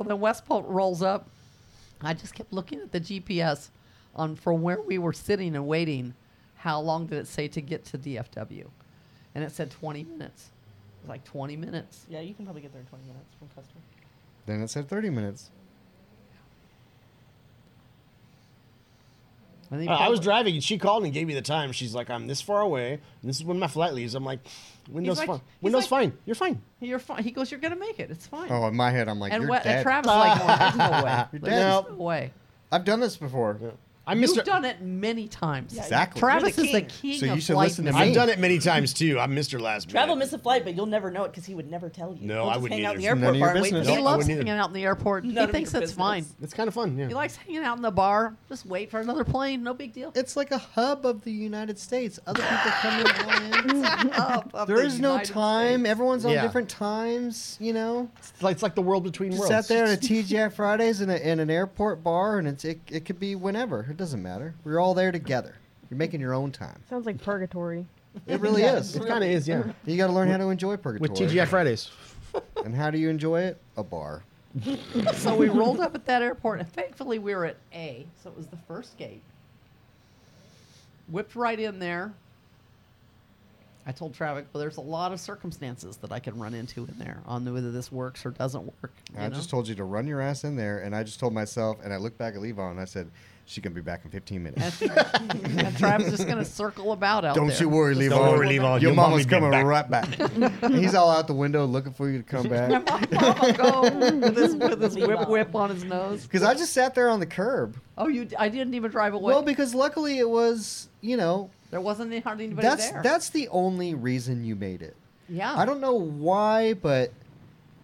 S6: So then Westport rolls up. I just kept looking at the GPS on from where we were sitting and waiting. How long did it say to get to DFW? And it said 20 minutes. It was like 20 minutes.
S8: Yeah, you can probably get there in 20 minutes from Custer.
S2: Then it said 30 minutes.
S6: And then
S3: Uh,
S6: he
S3: I was
S6: pulled-
S3: driving and she called and gave me the time. She's like, I'm this far away. And this is when my flight leaves. I'm like, Windows
S6: like-
S3: fine.
S6: he's
S3: Windows
S6: like-
S3: fine. You're fine.
S6: You're fine. He goes, "You're gonna make it. It's fine."
S2: Oh, in my head, I'm like,
S6: and
S2: you're
S6: what?
S2: dead.
S6: And Travis is like, no, there's no way.
S2: You're
S6: There's
S2: dead.
S6: no way.
S2: I've done this before.
S3: I
S6: You've
S3: missed it.
S6: done it many times.
S8: Yeah,
S2: Exactly.
S6: Travis
S8: You're
S6: is the
S8: the
S6: king
S2: So you
S6: of
S2: should
S6: flight
S2: listen to
S6: missing.
S2: me.
S3: I've done it many times too. I missed her last
S8: Travel
S3: minute.
S8: missed a flight, but you'll never know it because he would never tell you.
S3: No,
S8: He'll
S3: I
S8: just
S3: wouldn't
S8: hang out in
S3: either.
S8: the airport
S2: It's none of your
S8: bar and wait for
S2: business.
S8: the
S6: He
S3: I
S8: next
S6: loves
S3: wouldn't
S6: hanging
S3: either.
S6: out in the airport.
S8: None
S6: he
S8: of
S6: thinks
S8: your
S6: it's
S8: business.
S6: fine.
S3: It's kind of fun. Yeah.
S6: He likes hanging out in the bar. Just wait for another plane. No big deal.
S2: It's like a hub of the United States. Other people come in. and out.
S6: Up, up
S2: There
S6: the
S2: is no
S6: United
S2: time.
S6: States.
S2: Everyone's on
S3: Yeah.
S2: different times. You know,
S3: It's like, it's like the world between
S2: just
S3: worlds.
S2: out there in a TGI Fridays in, a, in an airport bar, and it's it, it could be whenever. It doesn't matter. We're all there together. You're making your own time.
S4: Sounds like purgatory.
S2: It really is.
S3: It kind of is, yeah.
S2: You got to learn how to enjoy purgatory.
S3: With TGI Fridays.
S2: And how do you enjoy it? A bar.
S6: so we rolled up at that airport, and thankfully we were at A, so it was the first gate. Whipped right in there. I told Travis, well, there's a lot of circumstances that I can run into in there on the- whether this works or doesn't work. you
S2: I
S6: know?
S2: just told you to run your ass in there, and I just told myself, and I looked back at Levon, and I said, "She can be back in 15 minutes."
S6: and, and Travis just going to circle about out
S2: Don't
S6: there.
S2: you worry, Levon.
S3: Don't worry, Levon.
S2: Your,
S3: Your
S2: mama's
S3: mommy'll be
S2: coming
S3: back.
S2: right back. He's all out the window looking for you to come back.
S6: Mama, go with his, with his whip whip on his nose.
S2: Because I just sat there on the curb.
S6: Oh, you! d- I didn't even drive away.
S2: Well, because luckily it was, you know,
S6: there wasn't any, hardly anybody
S2: that's
S6: there. Oh.
S2: that's the only reason you made it.
S6: yeah.
S2: I don't know why, but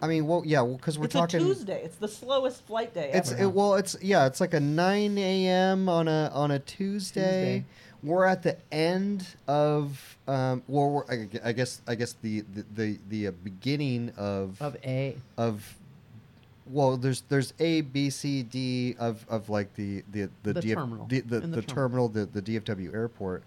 S2: I mean, well, yeah, because we're
S8: It's
S2: talking.
S8: a Tuesday. It's the slowest flight day.
S2: It's
S8: ever.
S2: it, well, it's yeah, it's like a 9 a.m. on a on a Tuesday. We're at the end of um, well, we're, I, gu- I guess I guess the the the, the uh, beginning of
S6: of A.
S2: of well there's there's a b c d of of like the the the,
S6: The
S2: DF
S6: terminal.
S2: the, the,
S6: In the
S2: the terminal the, the dfw airport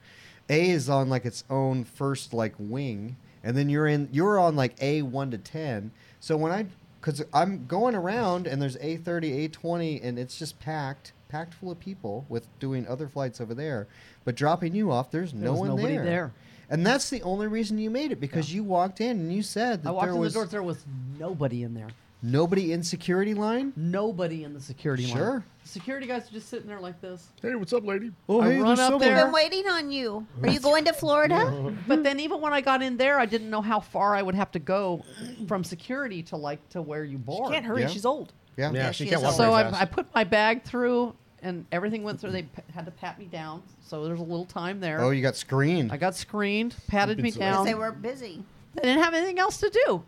S2: a is on like its own first like wing and then you're in you're on like a 1 to 10 so when i because i'm going around and there's a 30 a 20 and it's just packed packed full of people with doing other flights over there but dropping you off there's
S6: There
S2: no
S6: was
S2: one
S6: nobody
S2: there.
S6: there.
S2: and that's the only reason you made it because you walked in and you said that
S6: I walked
S2: there
S6: in the
S2: was
S6: door. There was nobody in there.
S2: nobody in security line
S6: Nobody in the security line.
S2: Sure.
S6: Security guys are just sitting there like this.
S3: Hey, what's up, lady?
S2: Oh,
S6: I run up
S5: I've
S6: there.
S5: been waiting on you. Are you going to Florida?
S6: But then even when I got in there, I didn't know how far I would have to go from security to like to where you board.
S8: she can't hurry.
S2: Yeah.
S8: She's old.
S2: Yeah.
S3: Yeah,
S5: Yeah,
S3: she
S5: she
S3: can't
S5: is
S3: walk
S5: old.
S6: so
S3: very
S6: I, I
S3: fast.
S6: put my bag through, and everything went through. They p- had to pat me down, so there's a little time there.
S2: Oh, you got screened.
S6: I got screened, patted
S3: Been
S6: me
S3: so-
S6: down.
S5: Because
S6: They,
S5: they were busy.
S6: didn't have anything else to do.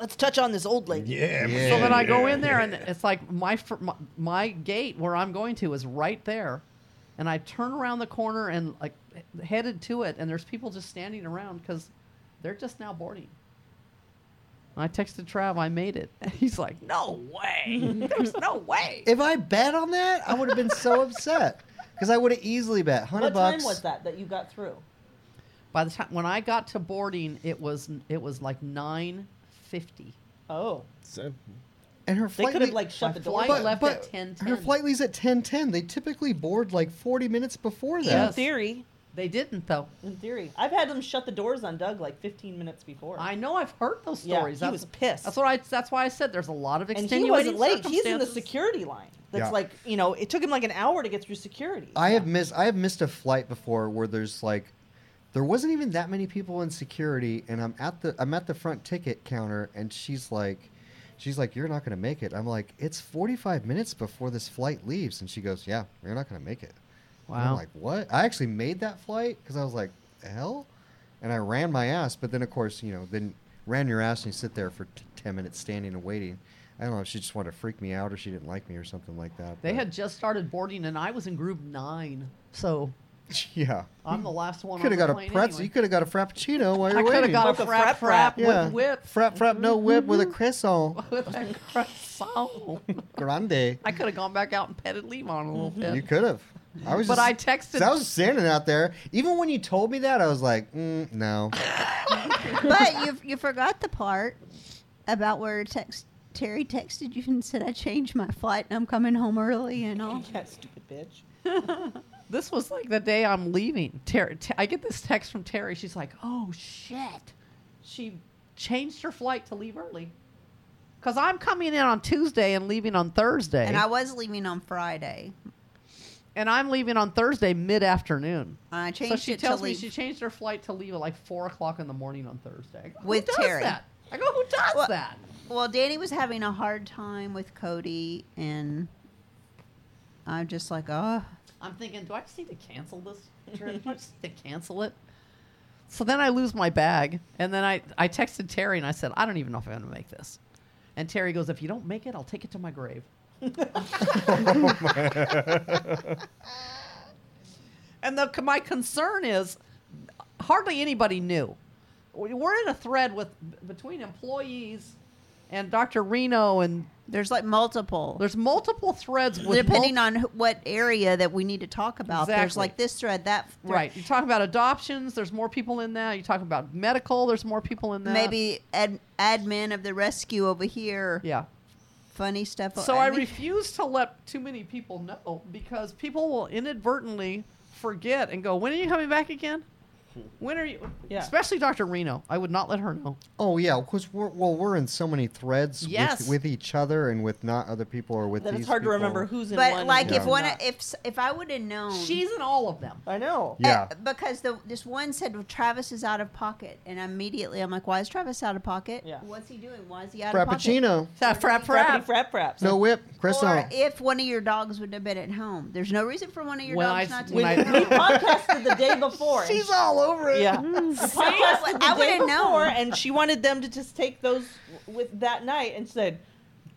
S8: Let's touch on this old lady.
S3: Yeah.
S2: Yeah.
S6: So then I go in there, and it's like my, fr- my my gate where I'm going to is right there, and I turn around the corner and like headed to it, and there's people just standing around because they're just now boarding. And I texted Trav, I made it. And he's like, "No way! There's no way!"
S2: if I bet on that, I would have been so upset because I would have easily bet
S8: What
S2: hundred
S8: time
S2: bucks.
S8: was that that you got through?
S6: By the time when I got to boarding, it was it was like nine fifty.
S8: Oh,
S3: So-
S2: And her
S8: they
S2: flight
S8: could have
S2: le-
S8: like shut
S6: My
S8: the door.
S6: flight
S8: down.
S6: left at 10:10.
S2: Her flight leaves at ten ten. They typically board like forty minutes before that.
S8: In
S6: Yes.
S8: theory,
S6: They didn't though.
S8: in theory, I've had them shut the doors on Doug like 15 minutes before.
S6: I know I've heard those
S8: Yeah,
S6: stories.
S8: he
S6: that's,
S8: was pissed.
S6: That's what I. That's why I said there's a lot of
S8: and he
S6: extenuating
S8: wasn't late. He's in the
S6: circumstances.
S8: security line. That's
S2: Yeah.
S8: like you know, it took him like an hour to get through security.
S2: I have missed. I have missed a flight before where there's like, there wasn't even that many people in security, and I'm at the I'm at the front ticket counter, and she's like, She's like, "You're not going to make it." I'm like, "It's 45 minutes before this flight leaves," and she goes, "Yeah, you're not going to make it." And I'm
S6: Wow.
S2: like, "What?" I actually made that flight because I was like, "Hell," and I ran my ass. But then, of course, you know, then ran your ass and you sit there for t- 10 minutes standing and waiting. I don't know if she just wanted to freak me out or she didn't like me or something like that.
S6: They
S2: but-
S6: had just started boarding, and I was in group nine, so
S2: yeah.
S6: I'm the last one.
S2: Could
S6: on
S2: have Hmm.
S6: the
S2: got a
S6: plane
S2: pretzel.
S6: anyway.
S2: You could have got a frappuccino while you're
S6: I could
S2: waiting.
S6: have got a
S1: Both a
S6: frap
S1: frap
S6: frap
S1: wrap.
S6: with Mm-hmm. whip.
S2: Frap frap no whip with a croissant.
S6: with a croissant.
S2: Grande.
S6: I could have gone back out and petted Levon a little bit.
S2: Mm-hmm. You could have. I was
S6: But
S2: just-
S6: I texted-
S2: 'cause I was standing out there. Even when you told me that, I was like, mm, no.
S5: but you you forgot the part about where text Terry texted you and said I changed my flight and I'm coming home early and all.
S8: That stupid bitch.
S6: This was like the day I'm leaving. Terry, t- I get this text from Terry. She's like, "Oh shit, she changed her flight to leave early." Cause I'm coming in on Tuesday and leaving on Thursday,
S5: And I was leaving on Friday.
S6: and I'm leaving on Thursday mid afternoon.
S5: I
S6: So
S5: changed
S6: she
S5: it
S6: tells
S5: to
S6: me
S5: leave.
S6: she changed her flight to leave at like four o'clock in the morning on Thursday. I go,
S5: With
S6: who does
S5: Terry.
S6: That? I go, who does
S5: Well-
S6: that?
S5: well, Danny was having a hard time with Cody and I'm just like, oh,
S6: I'm thinking, do I just need to cancel this trip? do I just need to cancel it? So then I lose my bag, and then I, I texted Terry and I said, I don't even know if I'm going to make this. And Terry goes, If you don't make it, I'll take it to my grave. and the, my concern is hardly anybody knew. We- We're in a thread with between employees and Dr. Reno, and
S5: there's like multiple.
S6: there's multiple threads with
S5: depending on wh- what area that we need to talk about. There's
S6: Exactly.
S5: like this thread, that thread.
S6: Right. You're talking about adoptions. There's more people in that. You're talking about medical. There's more people in that.
S5: Maybe ad- admin of the rescue over here.
S6: Yeah.
S5: Funny stuff.
S6: So I
S5: mean,
S6: refuse to let too many people know because people will inadvertently forget and go, "When are you coming back again? When are you?"
S8: Yeah.
S6: Especially Dr. Reno. I would not let her know.
S2: Oh yeah, because we're well, we're in so many threads
S6: Yes.
S2: with, with each other and with not other people or with
S8: That
S2: these
S8: it's hard to
S2: people.
S8: remember who's in
S5: But
S8: one. and
S5: like,
S8: who's
S5: if
S2: Yeah.
S8: in
S5: one,
S8: not.
S5: if s- if I would have known,
S6: Oh, She's in all of them.
S8: I know.
S5: Uh,
S2: Yeah.
S5: because the this one said well, Travis is out of pocket, and immediately I'm like, why is Travis out of pocket?
S8: Yeah.
S5: What's he doing? Why is he out of
S2: Frappuccino.
S6: That frap
S8: Frappity frap
S6: frap.
S8: fraps.
S2: No whip.
S5: pocket? Or
S2: Croissant.
S5: if one of your dogs would have been at home, there's no reason for one of your
S6: When
S5: dogs
S6: I-
S5: not to.
S8: We,
S6: when
S5: be
S8: we
S6: I-
S5: at home.
S8: podcasted the day before. and
S2: She's all over it.
S8: Yeah.
S5: I-
S8: Podcasted the
S5: I
S8: day
S5: would've
S8: before,
S5: known.
S8: and she wanted them to just take those with that night and said,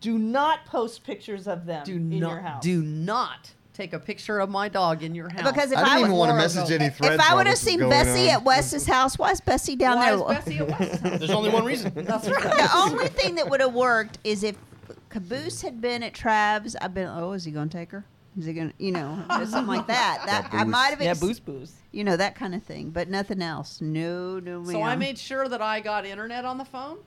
S8: "Do not post pictures of them
S6: Do
S8: in
S6: not.
S8: your house."
S6: Do not take a picture of my dog in your house.
S5: Because if
S2: I didn't
S5: I,
S2: even
S5: would-
S2: want to
S6: Laura,
S2: message
S6: no.
S2: any
S5: if
S2: threads.
S5: I
S2: while
S5: would have
S2: this was
S5: seen
S2: going
S5: Bessie
S2: on.
S5: at Wes's house, why is Bessie down
S6: why
S5: there?
S6: is Bessie at West House?
S3: There's only one reason.
S6: That's right.
S5: the only thing that would have worked is if Caboose had been at Trav's. I've been. Oh, is he going to take her? Is he going to, you know, just something like that? That I
S2: Caboose.
S5: might have,
S8: yeah,
S5: ex-
S8: booze booze.
S5: you know, that kind of thing, but nothing else. No, no.
S6: So I
S5: ma'am.
S6: made sure that I got internet on the phone.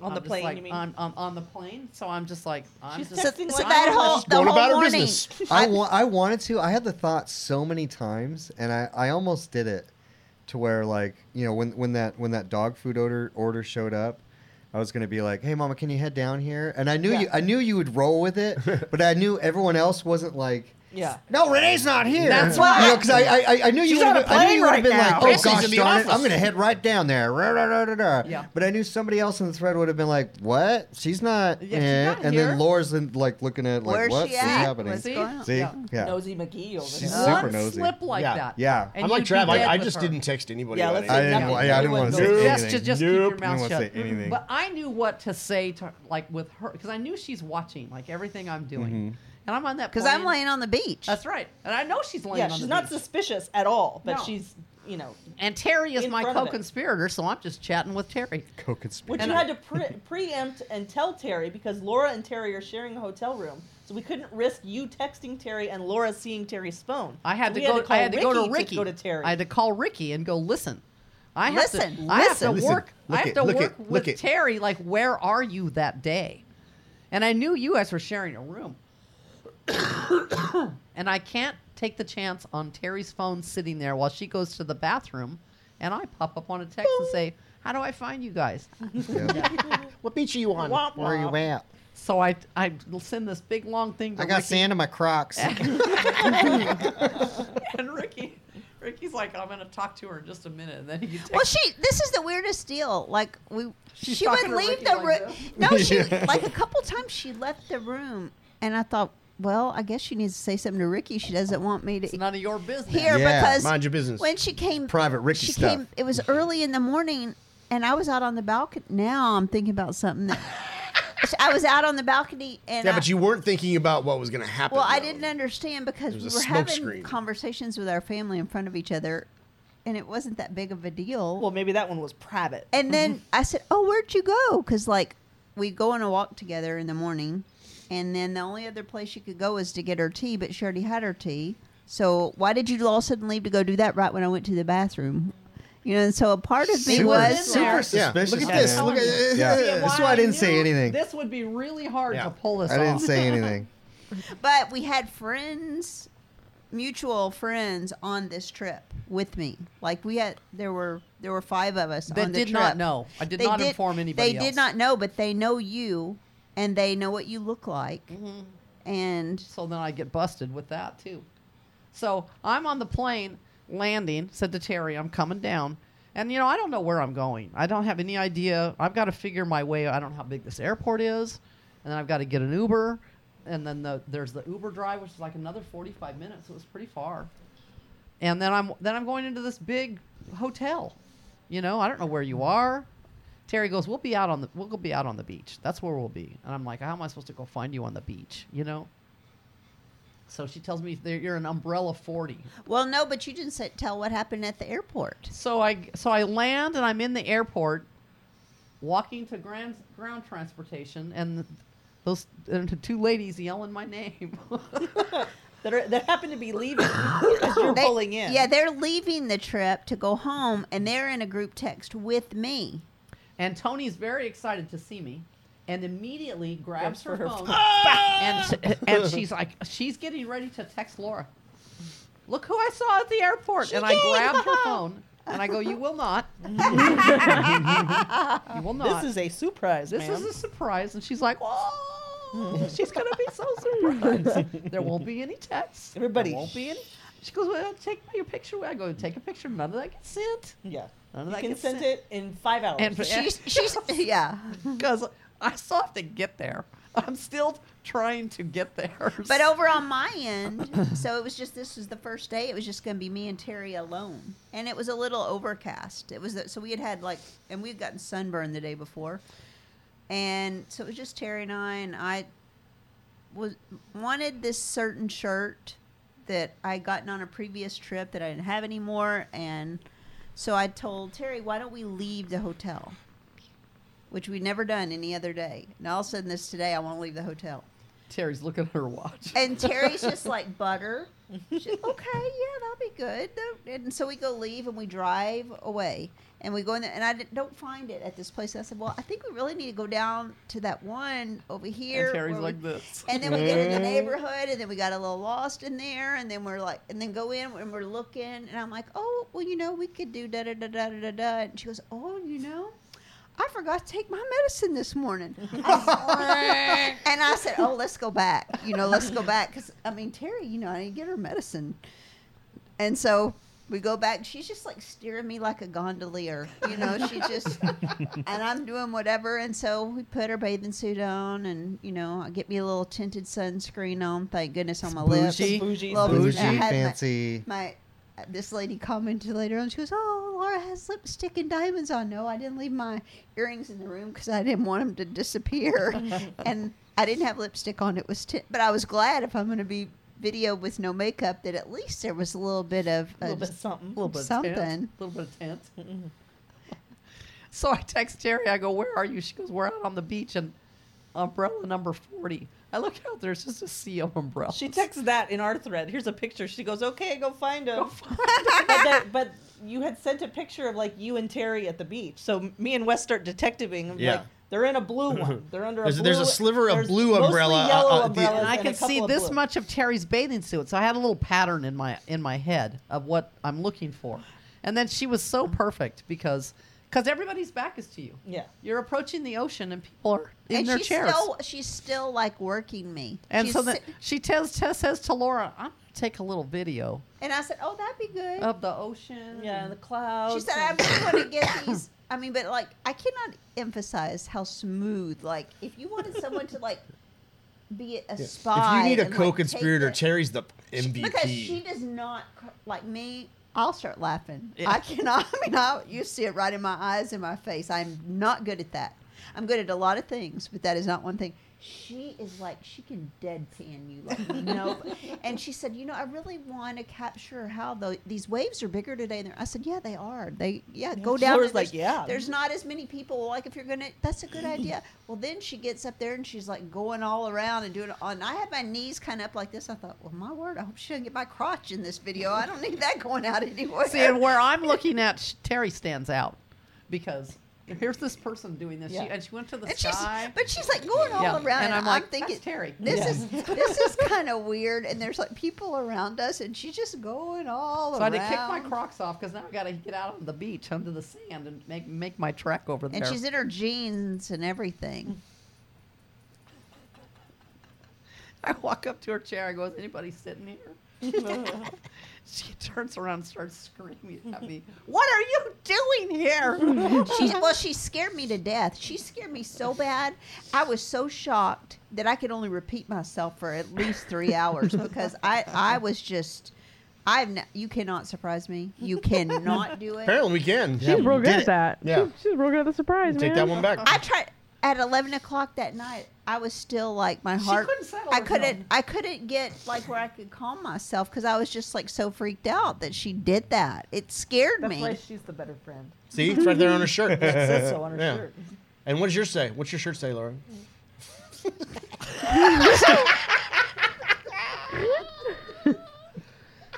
S8: On
S6: I'm
S8: the
S6: just
S8: plane,
S6: like,
S8: you mean?
S6: On, on, on the plane. So I'm just like, I'm
S8: She's
S6: just
S5: So,
S8: texting
S5: so
S8: like-
S5: that
S8: I'm
S5: whole
S8: just
S5: the
S3: going
S5: whole
S3: about her
S5: morning.
S3: business.
S2: I, wa- I wanted to. I had the thought so many times, and I, I almost did it to where like you know when when that when that dog food order order showed up, I was gonna be like, hey mama, can you head down here? And I knew you I knew you would roll with it, but I knew everyone else wasn't like.
S8: Yeah.
S3: No, Renee's not here.
S6: That's
S2: you
S6: why-
S2: know, because I, I, I- I knew you
S8: She's on
S2: would
S8: a
S2: have I knew
S8: plane
S2: you would
S8: right
S2: have been
S8: now.
S2: like, oh
S3: This is
S2: gosh
S3: in the
S2: darn it, I'm
S3: office.
S2: gonna head right down there. Rah, rah, rah, rah, rah.
S6: Yeah.
S2: But I knew somebody else in the thread would have been like, what? She's not.
S6: Yeah, she's
S2: eh."
S6: not
S2: and
S6: here.
S2: then Laura's in, like looking at like
S5: Where's
S2: what's
S5: she at?
S2: happening.
S5: What's going on?
S2: See?
S6: Yeah.
S2: Yeah.
S8: Nosy McGee over
S2: She's
S8: there.
S2: super
S6: one
S2: nosy.
S6: slip like
S3: Yeah.
S6: that.
S2: Yeah.
S6: and
S3: I'm
S6: you'd
S3: like
S6: be
S3: Trav.
S6: dead
S3: I, I
S6: with
S3: just
S6: her.
S3: didn't text anybody.
S8: Yeah,
S3: about
S8: let's
S3: anything.
S2: I didn't,
S8: nothing.
S2: wa- yeah, I didn't want to
S8: Just-
S2: say anything.
S6: just, just, just keep your
S2: I didn't
S6: mouth
S2: wanna
S6: shut.
S2: say anything.
S6: But I knew what to say to like with her because I knew she's watching like everything I'm doing,
S2: Mm-hmm.
S6: and I'm on that
S5: because I'm
S6: plane.
S5: laying on the beach.
S6: That's right, and I know she's laying.
S8: Yeah,
S6: on
S8: she's
S6: the
S8: not
S6: beach.
S8: suspicious at all, but
S6: No.
S8: she's you know,
S6: And Terry is
S8: in
S6: my
S8: front of it.
S6: co-conspirator, so I'm just chatting with Terry.
S8: which
S2: Co-conspirator.
S8: you had to pre- preempt and tell Terry because Laura and Terry are sharing a hotel room, so we couldn't risk you texting Terry and Laura seeing Terry's phone.
S6: I had
S8: So
S6: to
S8: we
S6: go. I
S8: call
S6: had to go to Ricky.
S8: go to Terry.
S6: I had to call Ricky and go listen. I have
S5: Listen,
S6: to. I have to
S5: listen.
S6: work.
S3: Listen, look
S6: I have
S3: it,
S6: to
S3: look
S6: work
S3: it, look
S6: with
S3: it.
S6: Terry. Like, where are you that day? And I knew you guys were sharing a room. and I can't take the chance on Terry's phone sitting there while she goes to the bathroom, and I pop up on a text and say, "How do I find you guys?"
S2: Yeah.
S3: What beach are you on?
S8: Womp
S2: Where are you
S8: womp.
S2: at?
S6: So I I send this big long thing. To
S2: I got
S6: Ricky.
S2: sand in my Crocs.
S6: and Ricky, Ricky He's like, I'm gonna talk to her in just a minute, and then you. Text
S5: Well, she. This is the weirdest deal. Like we,
S6: She's
S5: she would
S6: talking to
S5: leave
S6: Ricky
S5: the
S6: like
S5: room.
S6: this.
S5: No, she
S3: Yeah.
S5: like a couple times she left the room, and I thought, well, I guess she needs to say something to Ricky. She doesn't want me
S6: It's
S5: to
S6: none of your business.
S5: hear
S3: Yeah,
S5: because
S3: mind your business.
S5: When she came,
S3: Private Ricky
S5: she
S3: stuff.
S5: came. It was early in the morning, and I was out on the balcony. Now I'm thinking about something that. I was out on the balcony, and
S3: Yeah,
S5: I-
S3: but you weren't thinking about what was going to happen.
S5: well, I
S3: though.
S5: didn't understand because
S3: It
S5: we
S3: was a
S5: were
S3: smoke
S5: having
S3: screen.
S5: conversations with our family in front of each other, and it wasn't that big of a deal.
S1: Well, maybe that one was private.
S5: and then I said, "Oh, where'd you go?" Because like we go on a walk together in the morning, and then the only other place she could go was to get her tea, but she already had her tea. So why did you all of a sudden leave to go do that right when I went to the bathroom? You know, and so a part of me
S2: Super-
S5: was
S2: super
S3: Yeah.
S2: suspicious.
S3: Look at
S2: man.
S3: this. Look at
S2: Yeah.
S6: Yeah,
S2: That's
S6: why
S2: why I didn't
S6: knew
S2: say anything.
S6: This would be really hard
S3: Yeah.
S6: to pull this
S2: I
S6: off.
S2: didn't say anything.
S5: But we had friends, mutual friends, on this trip with me. Like we had, there were there were five of us
S6: That
S5: on the
S6: did
S5: trip.
S6: not know. I did not inform anybody
S5: They
S6: else.
S5: did not know, but they know you, and they know what you look like,
S6: Mm-hmm.
S5: and
S6: So then I get busted with that too. So I'm on the plane landing, said to Terry, I'm coming down. And you know, I don't know where I'm going. I don't have any idea. I've got to figure my way. I don't know how big this airport is. And then I've got to get an Uber. And then the, there's the Uber drive, which is like another 45 minutes. So it was pretty far. And then I'm then I'm going into this big hotel. You know, I don't know where you are. Terry goes, "We'll be out on the we'll go be out on the beach. That's where we'll be." And I'm like, "How am I supposed to go find you on the beach?" You know. So she tells me that you're an umbrella 40.
S5: well, no, but you didn't say, tell what happened at the airport.
S6: So I so I land and I'm in the airport, walking to grand, ground transportation, and those and the two ladies yelling my name.
S1: That are, that happened to be leaving as you're
S5: They-
S1: pulling in.
S5: Yeah, they're leaving the trip to go home, and they're in a group text with me.
S6: and Tony's very excited to see me, and immediately
S1: Grabs
S6: grabs
S1: for
S6: her,
S1: her
S6: phone, Ah! and and she's like she's getting ready to text Laura. Look who I saw at the airport, and I grabbed her phone. And I go, you will not. you will not.
S1: This is a surprise,
S6: This
S1: ma'am.
S6: is a surprise. And she's like, oh, she's going to be so surprised. there won't be any texts.
S1: Everybody-
S6: There won't be any. She goes, well, take your picture. I go, take a picture. None of that gets sent.
S1: yeah.
S6: None of
S1: You
S6: that
S1: can
S6: gets
S1: send
S6: sent.
S1: it in five hours.
S6: And for-
S5: She's, she's yeah.
S6: Because I still have to get there. I'm still trying to get there.
S5: But oh over on my end, so it was just this was the first day. It was just going to be me and Terry alone, and it was a little overcast. It was so we had had like, and we had gotten sunburned the day before, and so it was just Terry and I. And I was wanted this certain shirt that I had gotten on a previous trip that I didn't have anymore, and so I told Terry, "Why don't we leave the hotel?" Which we'd never done any other day. And all of a sudden, this today, I want to leave the hotel.
S6: Terry's looking at her watch.
S5: And Terry's just like butter. She's, okay, yeah, that'll be good. No- And so we go leave and we drive away. And we go in there, and I di- don't find it at this place. I said, well, I think we really need to go down to that one over here.
S6: and Terry's
S5: where we-
S6: like this.
S5: and then we get in the neighborhood, and then we got a little lost in there, and then we're like, and then go in, and we're looking, and I'm like, oh, well, you know, we could do da da da da da da da, and she goes, oh, you know, I forgot to take my medicine this morning, I- and I said, oh, let's go back, you know, let's go back, because I mean, Terry, you know, I didn't get her medicine, and so. We go back. She's just like steering me like a gondolier, you know. She just and I'm doing whatever. And so we put her bathing suit on, and you know, I get me a little tinted sunscreen on. Thank goodness on my lips.
S6: bougie.
S1: Bougie.
S5: Little
S2: Bougie,
S5: I had my-
S2: fancy.
S5: My, this lady commented later on. She goes, "Oh, Laura has lipstick and diamonds on." No, I didn't leave my earrings in the room because I didn't want them to disappear, and I didn't have lipstick on. It was, tint but I was glad if I'm going to be video with no makeup that at least there was a little bit of
S1: a little
S5: uh,
S1: bit something.
S6: little bit of
S5: Something.
S6: tent, a little bit of tent. so I text Terry. I go, "Where are you?" She goes, "We're out on the beach and umbrella number 40. I look out. There's just a sea of umbrellas.
S1: She texts that in our thread. Here's a picture. She goes, "Okay, go find him." but, that, but you had sent a picture of like you and Terry at the beach. So me and Wes start detectiving. I'm
S3: Yeah.
S1: Like, they're in a blue one. They're under
S3: There's-
S1: a blue.
S3: there's a sliver of
S1: there's
S3: blue
S1: mostly
S3: umbrella,
S1: Yellow
S3: uh, uh, the-
S1: umbrellas
S6: and I
S1: a
S6: can see
S1: couple of
S6: this
S1: blue.
S6: much of Terry's bathing suit. So I had a little pattern in my in my head of what I'm looking for. And then she was so perfect because Because everybody's back is to you.
S1: Yeah.
S6: You're approaching the ocean and people are in
S5: and
S6: their
S5: she's
S6: chairs.
S5: still she's still like working me.
S6: and
S5: She's
S6: so then
S5: sit-
S6: she tells, Tess says to Laura, I'm going to take a little video
S5: and I said, "Oh, that'd be good."
S6: of the ocean.
S1: Yeah,
S6: and
S1: the clouds.
S5: she said, "I really want to get these." I mean, but like, I cannot emphasize how smooth. Like, if you wanted someone to like be a spy,
S3: if you need a
S5: and, like, take
S3: co-conspirator,
S5: the-
S3: Terry's the
S5: She-
S3: MVP.
S5: Because she does not cr- like me. I'll start laughing.
S6: Yeah.
S5: I cannot. I mean, I, you see it right in my eyes, in my face. I'm not good at that. I'm good at a lot of things, but that is not one thing. She is like she can deadpan you like no. and she said, you know, I really want to capture how the, these waves are bigger today. than I said, yeah, they are. They yeah, go down.
S1: Laura's
S5: to-
S1: like,
S5: there's-
S1: yeah.
S5: There's not as many people. Like if you're gonna, that's a good idea. Well, then she gets up there and she's like going all around and doing. And I had my knees kind of up like this. I thought, well, my word, I hope she doesn't get my crotch in this video. I don't need that going out anywhere.
S6: See, and where I'm looking at, sh- Terry stands out because here's this person doing this,
S1: Yeah.
S6: she, and she went to the
S5: And she's,
S6: sky.
S5: but she's like going all
S6: Yeah,
S5: around,
S6: and
S5: and,
S6: I'm like,
S5: thinking,
S6: "That's Terry."
S5: This
S6: Yeah.
S5: is this is kind of weird, and there's like people around us, and she's just going all
S6: so I
S5: around.
S6: had to kick my Crocs off because now I got to get out on the beach under the sand and make make my trek over there.
S5: and she's in her jeans and everything.
S6: I walk up to her chair. I go, "Is anybody sitting here?" she turns around and starts screaming at me. What are you doing here?
S5: she well, she scared me to death. She scared me so bad. I was so shocked that I could only repeat myself for at least three hours because I I was just. I've n- you cannot surprise me. You cannot do it.
S3: Apparently, we can.
S2: Yeah,
S4: She's real
S2: we
S4: good
S2: did
S4: at that.
S3: it. Yeah.
S4: She's, she's real good at the surprise,
S3: Take
S4: man.
S3: that one back.
S5: I tried at eleven o'clock that night. I was still like my
S6: She
S5: heart.
S6: couldn't settle
S5: I
S6: herself.
S5: couldn't. I couldn't get like where I could calm myself because I was just like so freaked out that she did that. It scared
S1: That's
S5: me.
S1: why she's the better friend.
S3: See, it's right there on her shirt.
S1: It says so on her
S3: Yeah.
S1: shirt.
S3: And what does yours say? What's your shirt say, Laura?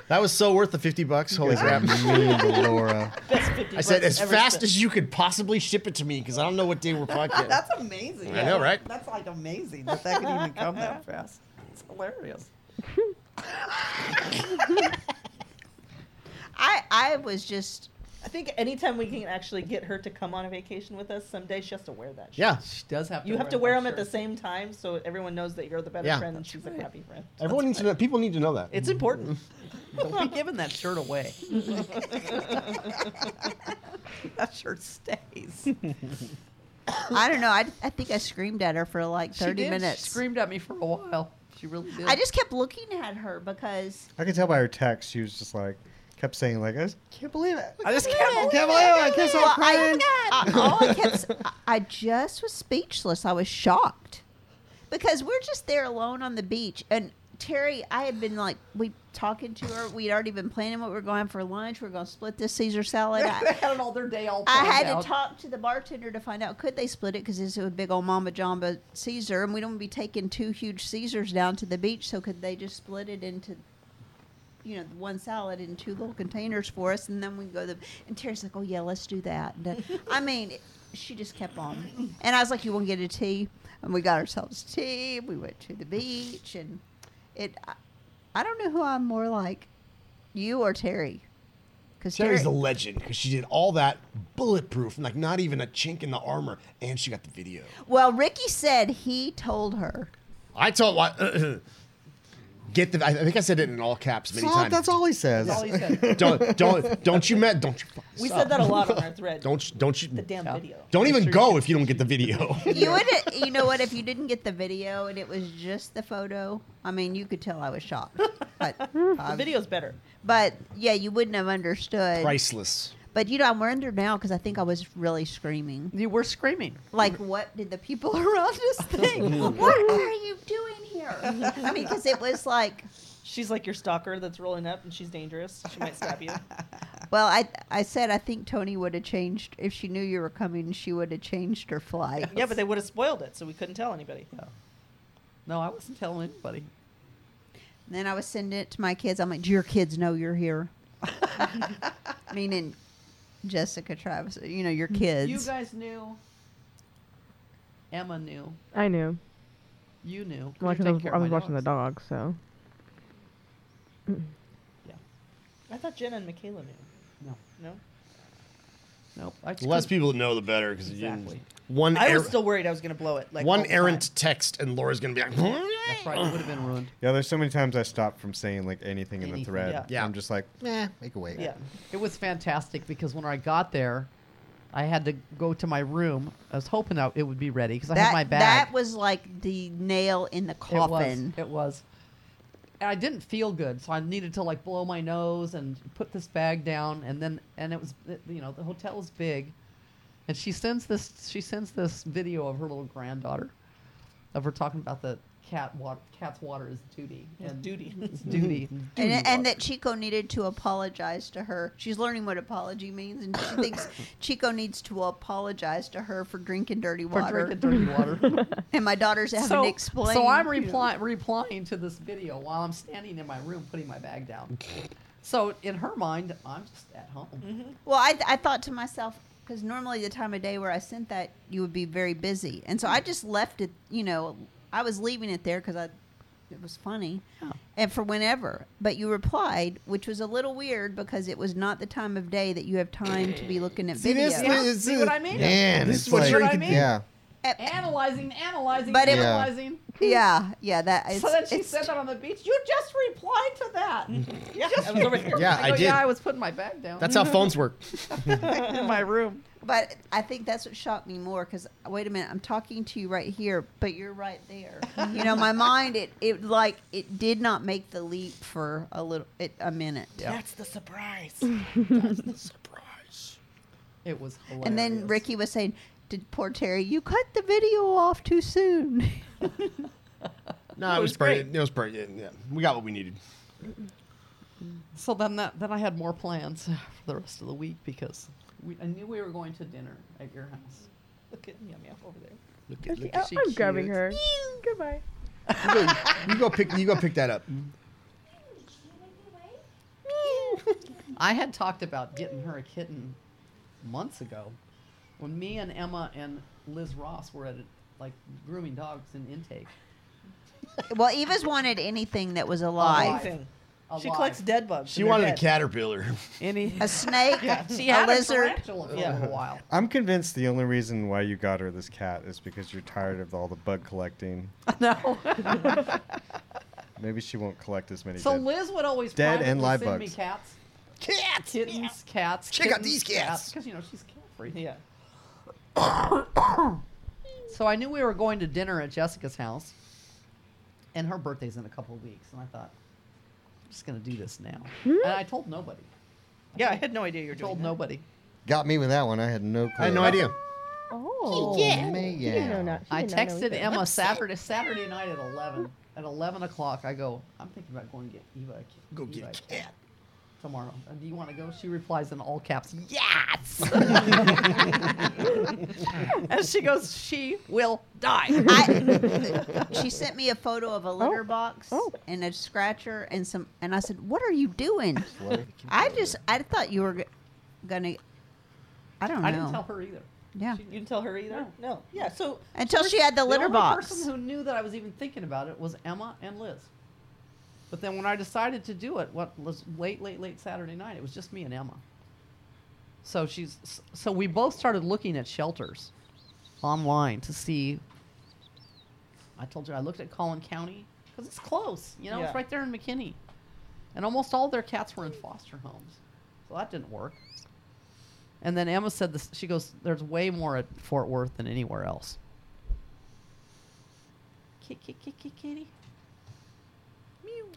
S3: that was so worth the fifty bucks. Holy crap!
S2: Laura.
S1: Best 50
S3: I said
S1: bucks
S3: as
S1: ever
S3: fast
S1: spent.
S3: as you could possibly ship it to me because I don't know what day we're podcasting.
S6: That's amazing.
S3: I know, right?
S6: That's like amazing that that could even come that fast. It's hilarious.
S5: I I was just.
S1: I think anytime we can actually get her to come on a vacation with us someday, she has to wear that. Shirt.
S3: yeah,
S6: She does have. To
S1: You have to wear
S6: that
S1: them at the
S6: shirt.
S1: same time so everyone knows that you're the better
S3: Yeah.
S1: friend and she's a crappy friend.
S3: everyone needs to know. People need to know that.
S1: It's important.
S6: Don't be giving that shirt away. that shirt stays.
S5: I don't know. I, I think I screamed at her for like
S6: She
S5: thirty
S6: did.
S5: minutes.
S6: She screamed at me for a while. She really did.
S5: I just kept looking at her because
S2: I could tell by her text, she was just like, kept saying like, I just can't believe it.
S6: I just can't
S2: can't believe it. I can't
S5: Well,
S2: stop
S5: I,
S2: crying.
S5: I, all I, kept, s- I- I just was speechless. I was shocked because we're just there alone on the beach. And Terry, I had been like, we talking to her. We'd already been planning what we're going for lunch. We're going to split this Caesar salad.
S6: they
S5: I,
S6: had it all their day all
S5: I
S6: planned
S5: had
S6: out.
S5: to talk to the bartender to find out could they split it because it's a big old Mama Jamba Caesar, and we don't wanna be taking two huge Caesars down to the beach. So could they just split it into, you know, one salad in two little containers for us, and then we go to. And Terry's like, "Oh yeah, let's do that." And, uh, I mean, she just kept on, and I was like, "You want to get a tea?" And we got ourselves tea. We went to the beach, and it. I, I don't know who I'm more like, you or Terry. Because
S3: Terry's
S5: Terry,
S3: a legend because she did all that bulletproof, like not even a chink in the armor, and she got the video.
S5: Well, Ricky said he told her.
S3: I told get the. I think I said it in all caps many
S2: That's all,
S3: times.
S2: that's all he says.
S6: That's all he said.
S3: Don't don't don't you met don't you.
S1: We
S3: stop.
S1: said that a lot on our thread.
S3: Don't you- don't you.
S1: the damn video.
S3: Don't even go if you don't get the video.
S5: You would, you know what? If you didn't get the video and it was just the photo, I mean, you could tell I was shocked. But,
S1: The video's better.
S5: but yeah, you wouldn't have understood.
S3: Priceless.
S5: But you know, I'm worried now because I think I was really screaming.
S6: You were screaming.
S5: Like, what did the people around us think? what are you doing here? I mean, because it was like,
S1: She's like your stalker that's rolling up and she's dangerous. She might stab you.
S5: well, I I said I think Tony would have changed if she knew you were coming. She would have changed her flight.
S1: Yeah, but they would have spoiled it, so we couldn't tell anybody.
S6: No, I wasn't telling anybody.
S5: And then I was sending it to my kids. I'm like, do your kids know you're here? Meaning Jessica Travis, you know, your kids.
S6: You guys knew. Emma knew.
S4: I knew.
S6: You knew. 'cause you
S4: Watching
S6: take
S4: the,
S6: care
S4: I
S6: of
S4: was
S6: my
S4: watching the
S6: dogs.
S4: dog, so.
S1: I thought Jenna and Michaela knew.
S6: No.
S1: No?
S6: Nope. I
S3: The less people that know, the better. Because
S6: Exactly.
S3: one
S1: I was
S3: er-
S1: still worried I was going to blow it. Like all
S3: one
S1: the
S3: errant
S1: time.
S3: text, and Laura's gonna be like,
S6: That's right. It would have been ruined.
S2: Yeah, there's so many times I stopped from saying like anything, in the
S6: Anything,
S2: thread.
S6: yeah.
S3: Yeah.
S2: I'm just like, nah, make a wait.
S1: Yeah.
S6: It was fantastic because when I got there, I had to go to my room. I was hoping that it would be ready because I had my
S5: That,
S6: bag.
S5: that was like the nail in the coffin.
S6: It was. It was. And I didn't feel good, so I needed to like blow my nose and put this bag down, and then and it was you know the hotel is big, and she sends this she sends this video of her little granddaughter, of her talking about the cat water cat's water is duty and
S1: duty.
S6: it's duty
S5: And, and
S6: water.
S5: that Chico needed to apologize to her. She's learning what apology means, and she thinks Chico needs to apologize to her for drinking dirty
S6: for
S5: water.
S6: drinking dirty water.
S5: And my daughter's having to explain.
S6: So I'm
S5: you know.
S6: reply, replying to this video while I'm standing in my room putting my bag down. so in her mind, I'm just at home.
S5: Well, I, I thought to myself, because normally the time of day where I sent that, you would be very busy. And so I just left it, you know, I was leaving it there because I. It was funny, and for whenever. But you replied, which was a little weird because it was not the time of day that you have time to be looking at
S3: See,
S5: video.
S3: this, this,
S6: see what I mean?
S3: Man,
S2: This
S3: it's
S2: is what
S3: like-
S2: you
S6: what I
S2: could-
S6: mean?
S2: Yeah.
S6: Analyzing, analyzing,
S5: But it-
S2: Yeah.
S6: analyzing.
S5: Eh, yeah, yeah. That it's,
S6: Eh. so then she
S5: it's-
S6: said that on the beach. You just replied to that.
S1: Yeah, I was over here.
S3: Yeah, I
S6: go,
S3: did.
S6: Yeah, I was putting my bag down
S3: That's how phones work.
S6: in my room.
S5: But I think that's what shocked me more because wait a minute, I'm talking to you right here, but you're right there. you know, my mind it it like it did not make the leap for a little it, a minute.
S1: That's the surprise.
S3: Surprise.
S6: It was hilarious.
S5: Mm-hmm. And then Ricky was saying, "Did poor Terry? You cut the video off too soon."
S3: No, it was pretty. It was pretty. Yeah, yeah. we got what we needed.
S6: So then that then I had more plans for the rest of the week because we, I knew we were going to dinner at your house.
S1: Look at Yum Yum over there.
S3: Look
S4: Okay,
S3: look
S4: oh,
S6: she
S4: I'm grabbing
S6: cute.
S4: her. Goodbye.
S3: You go, you go pick. You go pick that up.
S6: I had talked about getting her a kitten months ago when me and Emma and Liz Ross were at like grooming dogs in intake.
S5: well, Eva's wanted anything that was alive.
S1: Anything. She
S6: Alive.
S1: collects dead bugs.
S3: She
S1: in her
S3: wanted
S1: head.
S3: a caterpillar.
S6: Any
S5: A snake,
S6: she
S5: a
S6: had a
S5: lizard.
S6: tarantula for a
S1: Yeah.
S6: little while.
S2: I'm convinced the only reason why you got her this cat is because you're tired of all the bug collecting.
S6: no.
S2: Maybe she won't collect as many.
S6: So
S2: dead-
S6: Liz would always
S2: Dead
S6: privately
S2: and live
S6: send me
S2: bugs.
S6: cats,
S3: Cats.
S6: kittens, cats.
S3: Check out these
S6: kittens,
S3: cats.
S6: because you know she's cat free.
S1: Yeah.
S6: So I knew we were going to dinner at Jessica's house, and her birthday's in a couple of weeks. And I thought, I'm just going to do this now. and I told nobody.
S1: Hmm? Yeah, I had no idea you were
S6: I
S1: doing
S6: told
S1: that.
S6: nobody.
S2: Got me with that one. I had no clue.
S3: I had no idea.
S4: Oh.
S2: Man.
S4: She didn't know not. she
S6: I
S4: did not know
S6: texted
S4: either.
S6: Emma Saturday Saturday night at eleven. At eleven o'clock, I go. I'm thinking about going to get Eva. A ki-
S3: Go
S6: Eva
S3: get a cat.
S6: tomorrow. Uh, Do you want to go? She replies in all caps. Yes. As she goes, she will die.
S5: I, she sent me a photo of a litter box and a scratcher and some, and I said, "What are you doing?" I just, I thought you were g- gonna. I don't know.
S6: I didn't tell her either.
S5: Yeah.
S1: You didn't tell her either? No. Yeah, so
S5: Until she had the litter
S6: only
S5: box.
S6: person who knew that I was even thinking about it was Emma and Liz. But then when I decided to do it, what was late, late, late Saturday night, it was just me and Emma. So she's so we both started looking at shelters online to see. I told you I looked at Collin County because it's close. You know,
S1: Yeah.
S6: it's right there in McKinney, and almost all their cats were in foster homes, so that didn't work. And then Emma said this. She goes, "There's way more at Fort Worth than anywhere else." Kitty, kitty, kitty, kitty.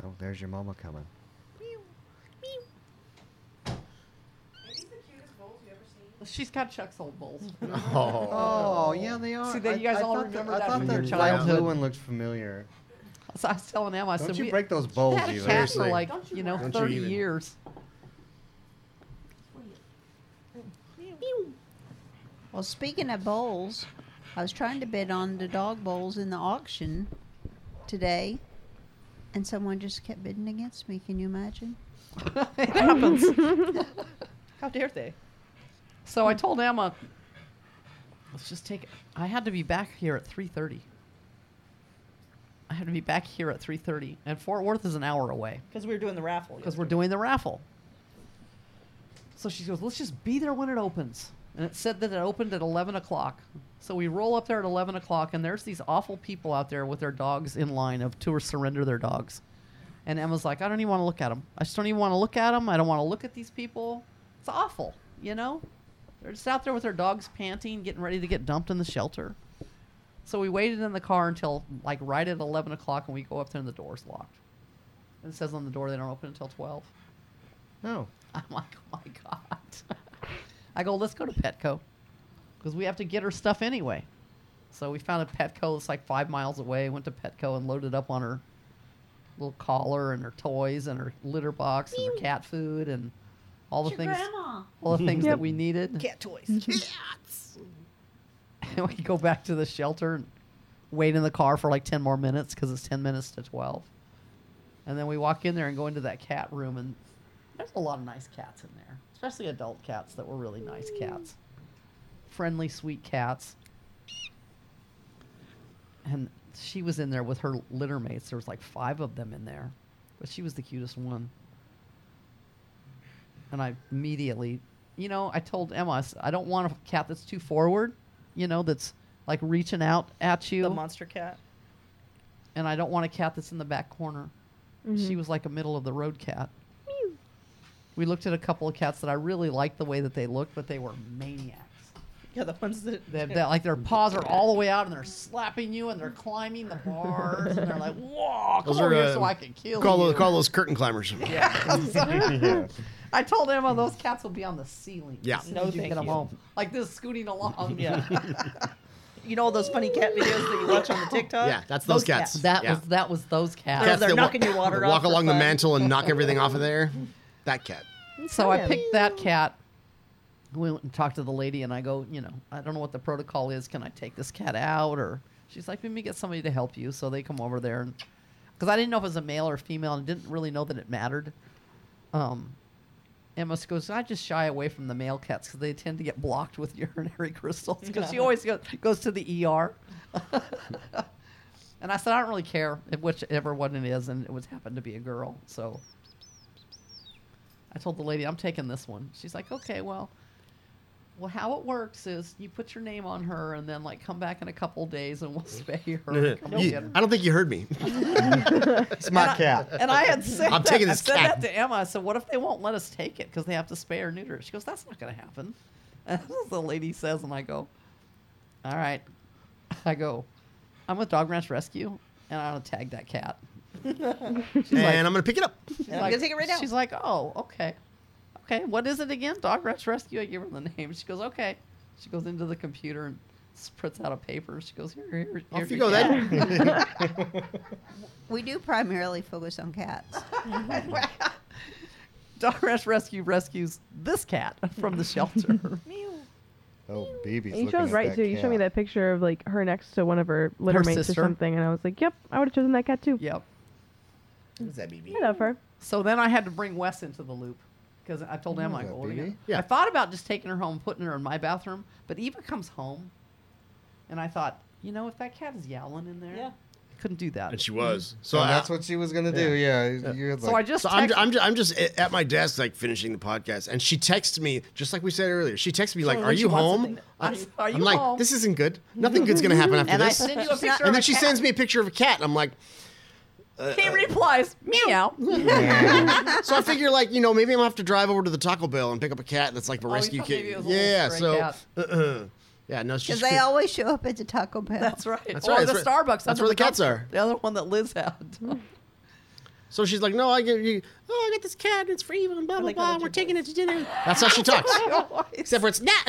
S2: Oh, there's your mama coming.
S6: She's got Chuck's old bowls.
S3: Oh.
S2: Oh, yeah, they are.
S6: See, that you guys all
S2: thought
S6: remember
S2: I
S6: that
S2: thought
S6: from
S2: the
S6: your
S2: light
S6: childhood. Uh,
S2: blue one looked familiar.
S6: so I was telling Emma, I
S2: Don't
S6: said,
S2: you
S6: we
S2: break those
S6: we
S2: bowls,
S6: had a
S2: Eva.
S6: cat for
S3: Seriously.
S6: like you know
S3: Don't you
S6: 30
S3: even.
S6: years.
S5: Well, speaking of bowls, I was trying to bid on the dog bowls in the auction today, and someone just kept bidding against me. Can you imagine?
S6: it happens.
S1: how dare they?
S6: So I told Emma, let's just take. I had to be back here at 3:30. I had to be back here at 3:30, and Fort Worth is an hour away.
S1: Because we were doing the raffle.
S6: because we're doing the raffle. So she goes, let's just be there when it opens. and it said that it opened at 11 o'clock. So we roll up there at 11 o'clock, and there's these awful people out there with their dogs in line of to surrender their dogs. And Emma's like, I don't even want to look at them. I just don't even want to look at them. I don't want to look at these people. It's awful, you know? They're just out there with their dogs panting, getting ready to get dumped in the shelter. So we waited in the car until like right at 11 o'clock, and we go up there and the door's locked. And it says on the door they don't open until 12.
S2: No.
S6: I'm like, oh my God. I go, let's go to Petco because we have to get her stuff anyway. So we found a Petco that's like five miles away, went to Petco and loaded up on her little collar and her toys and her litter box and her cat food and all the
S5: It's your
S6: things
S5: grandma.
S6: all the things
S4: Yep.
S6: that we needed.
S1: Cat toys.
S6: and we go back to the shelter and wait in the car for like 10 more minutes because it's 10 minutes to 12 and then we walk in there and go into that cat room and there's a lot of nice cats in there especially adult cats that were really nice cats friendly sweet cats and she was in there with her litter mates there was like five of them in there but she was the cutest one and I immediately, you know, I told Emma, I, s- I don't want a cat that's too forward, you know, that's like reaching out at you,
S1: the monster cat.
S6: and I don't want a cat that's in the back corner. She
S1: Mm-hmm.
S6: was like a middle of the road cat. We looked at a couple of cats that I really liked the way that they looked, but they were maniacs.
S1: Yeah, the ones that.
S6: They, they- like their paws are all the way out, and they're slapping you, and they're climbing the bars, and they're like, "Whoa, come
S3: Those
S6: over
S3: are,
S6: here so
S3: uh,
S6: I can kill
S3: Call
S6: you."
S3: those, call those curtain climbers.
S2: yeah.
S6: I told Emma those cats will be on the ceiling.
S3: Yeah.
S6: as soon
S1: No,
S6: as you
S1: thank
S6: get 'em
S1: you.
S6: home, like this scooting along.
S1: Yeah. you know all those funny cat videos that you watch on the TikTok?
S3: Yeah, that's those cats.
S6: That
S3: Yeah.
S6: was that was those cats.
S1: They're- they're
S3: that wa-
S1: knocking your water
S3: that
S1: off
S3: Walk
S1: for
S3: along the
S1: fun.
S3: mantle and knock everything off of there. That cat.
S6: So I picked that cat. We went and talked to the lady, and I go, you know, I don't know what the protocol is. Can I take this cat out? Or she's like, let me get somebody to help you. So they come over there, and because I didn't know if it was a male or female, and didn't really know that it mattered. Um, Emma goes, I just shy away from the male cats because they tend to get blocked with urinary crystals. Because she always go, goes to the ER. and I said, I don't really care if whichever one it is, and it was happened to be a girl. So I told the lady, I'm taking this one. She's like, okay, well, well, how it works is you put your name on her, and then like come back in a couple days, and we'll spay her. and come
S3: You-
S6: get her.
S3: I don't think you heard me.
S2: It's my cat.
S6: And I had said,
S3: I'm
S6: that,
S3: taking
S6: I
S3: this
S6: said
S3: cat.
S6: that to Emma. I said, "What if they won't let us take it because they have to spay or neuter?" it?" She goes, "That's not going to happen." And the lady says, and I go, "All right." I go, "I'm with Dog Ranch Rescue, and I'm going to tag that cat."
S3: and I'm going to pick it up.
S6: She's
S1: I'm gonna take it right now.
S6: She's like, "Oh, okay, okay. What is it again?" Dog Ranch Rescue. I give her the name. She goes, "Okay." She goes into the computer and spritz out a paper. She goes, "Here, here, here."
S3: Off you go
S6: your cat."
S3: then.
S5: We do primarily focus on cats.
S6: Dog Ranch Rescue rescues this cat from the shelter.
S2: Oh, baby's
S4: And you
S2: looking
S4: chose
S2: at
S4: right
S2: that
S4: too. You showed me
S2: cat.
S4: that picture of like her next to one of her litter
S6: Her
S4: mates
S6: sister.
S4: or something, and I was like, "Yep, I would have chosen that cat too."
S6: yep.
S3: Who's that BB?
S4: I love her.
S6: So then I had to bring Wes into the loop because I told him, I
S2: that
S6: go, "What are you
S2: baby.
S6: gonna-"
S3: Yeah.
S6: I thought about just taking her home, putting her in my bathroom, but Eva comes home, and I thought, you know, if that cat is yowling in there,
S1: Yeah.
S6: couldn't do that.
S3: And she was. So
S2: So
S3: I-
S2: that's what she was gonna do. Yeah. You're
S6: so I
S2: like,
S6: just,
S3: So I'm,
S6: text-
S3: I'm, I'm just a- at my desk, like finishing the podcast, and she texts me just like we said earlier. She texts me like,
S1: when
S3: "Are
S1: she
S3: you
S1: wants
S3: home?"
S1: something.
S3: I,
S6: Are
S3: am
S6: you
S3: like,
S6: home?
S3: "This isn't good. Nothing good's gonna happen after
S6: and I
S3: this."
S6: send you a picture.
S3: and
S6: of
S3: then
S6: a
S3: she
S6: cat.
S3: sends me a picture of a cat, and I'm like, Uh,
S6: He replies, meow.
S3: so I figure like, you know, maybe I'm gonna have to drive over to the Taco Bell and pick up a cat that's like a
S6: Oh, you
S3: rescue
S6: thought maybe
S3: kid.
S6: it was a little
S3: Yeah,
S6: stray
S3: so
S6: cat.
S3: uh-uh. yeah, no, she's
S5: Because they always show up at the Taco Bell.
S6: That's right.
S3: That's
S6: or
S3: right,
S6: the
S3: that's right.
S6: Starbucks.
S3: That's
S6: under
S3: where the
S6: dump
S3: cats are.
S6: truck. The other one that Liz had.
S3: so she's like, no, I get you. Oh, I got this cat. and It's for you and blah blah
S1: like how
S3: blah.
S1: the
S3: and We're
S1: two
S3: taking it to dinner. That's how she talks. Except for it's uh, not.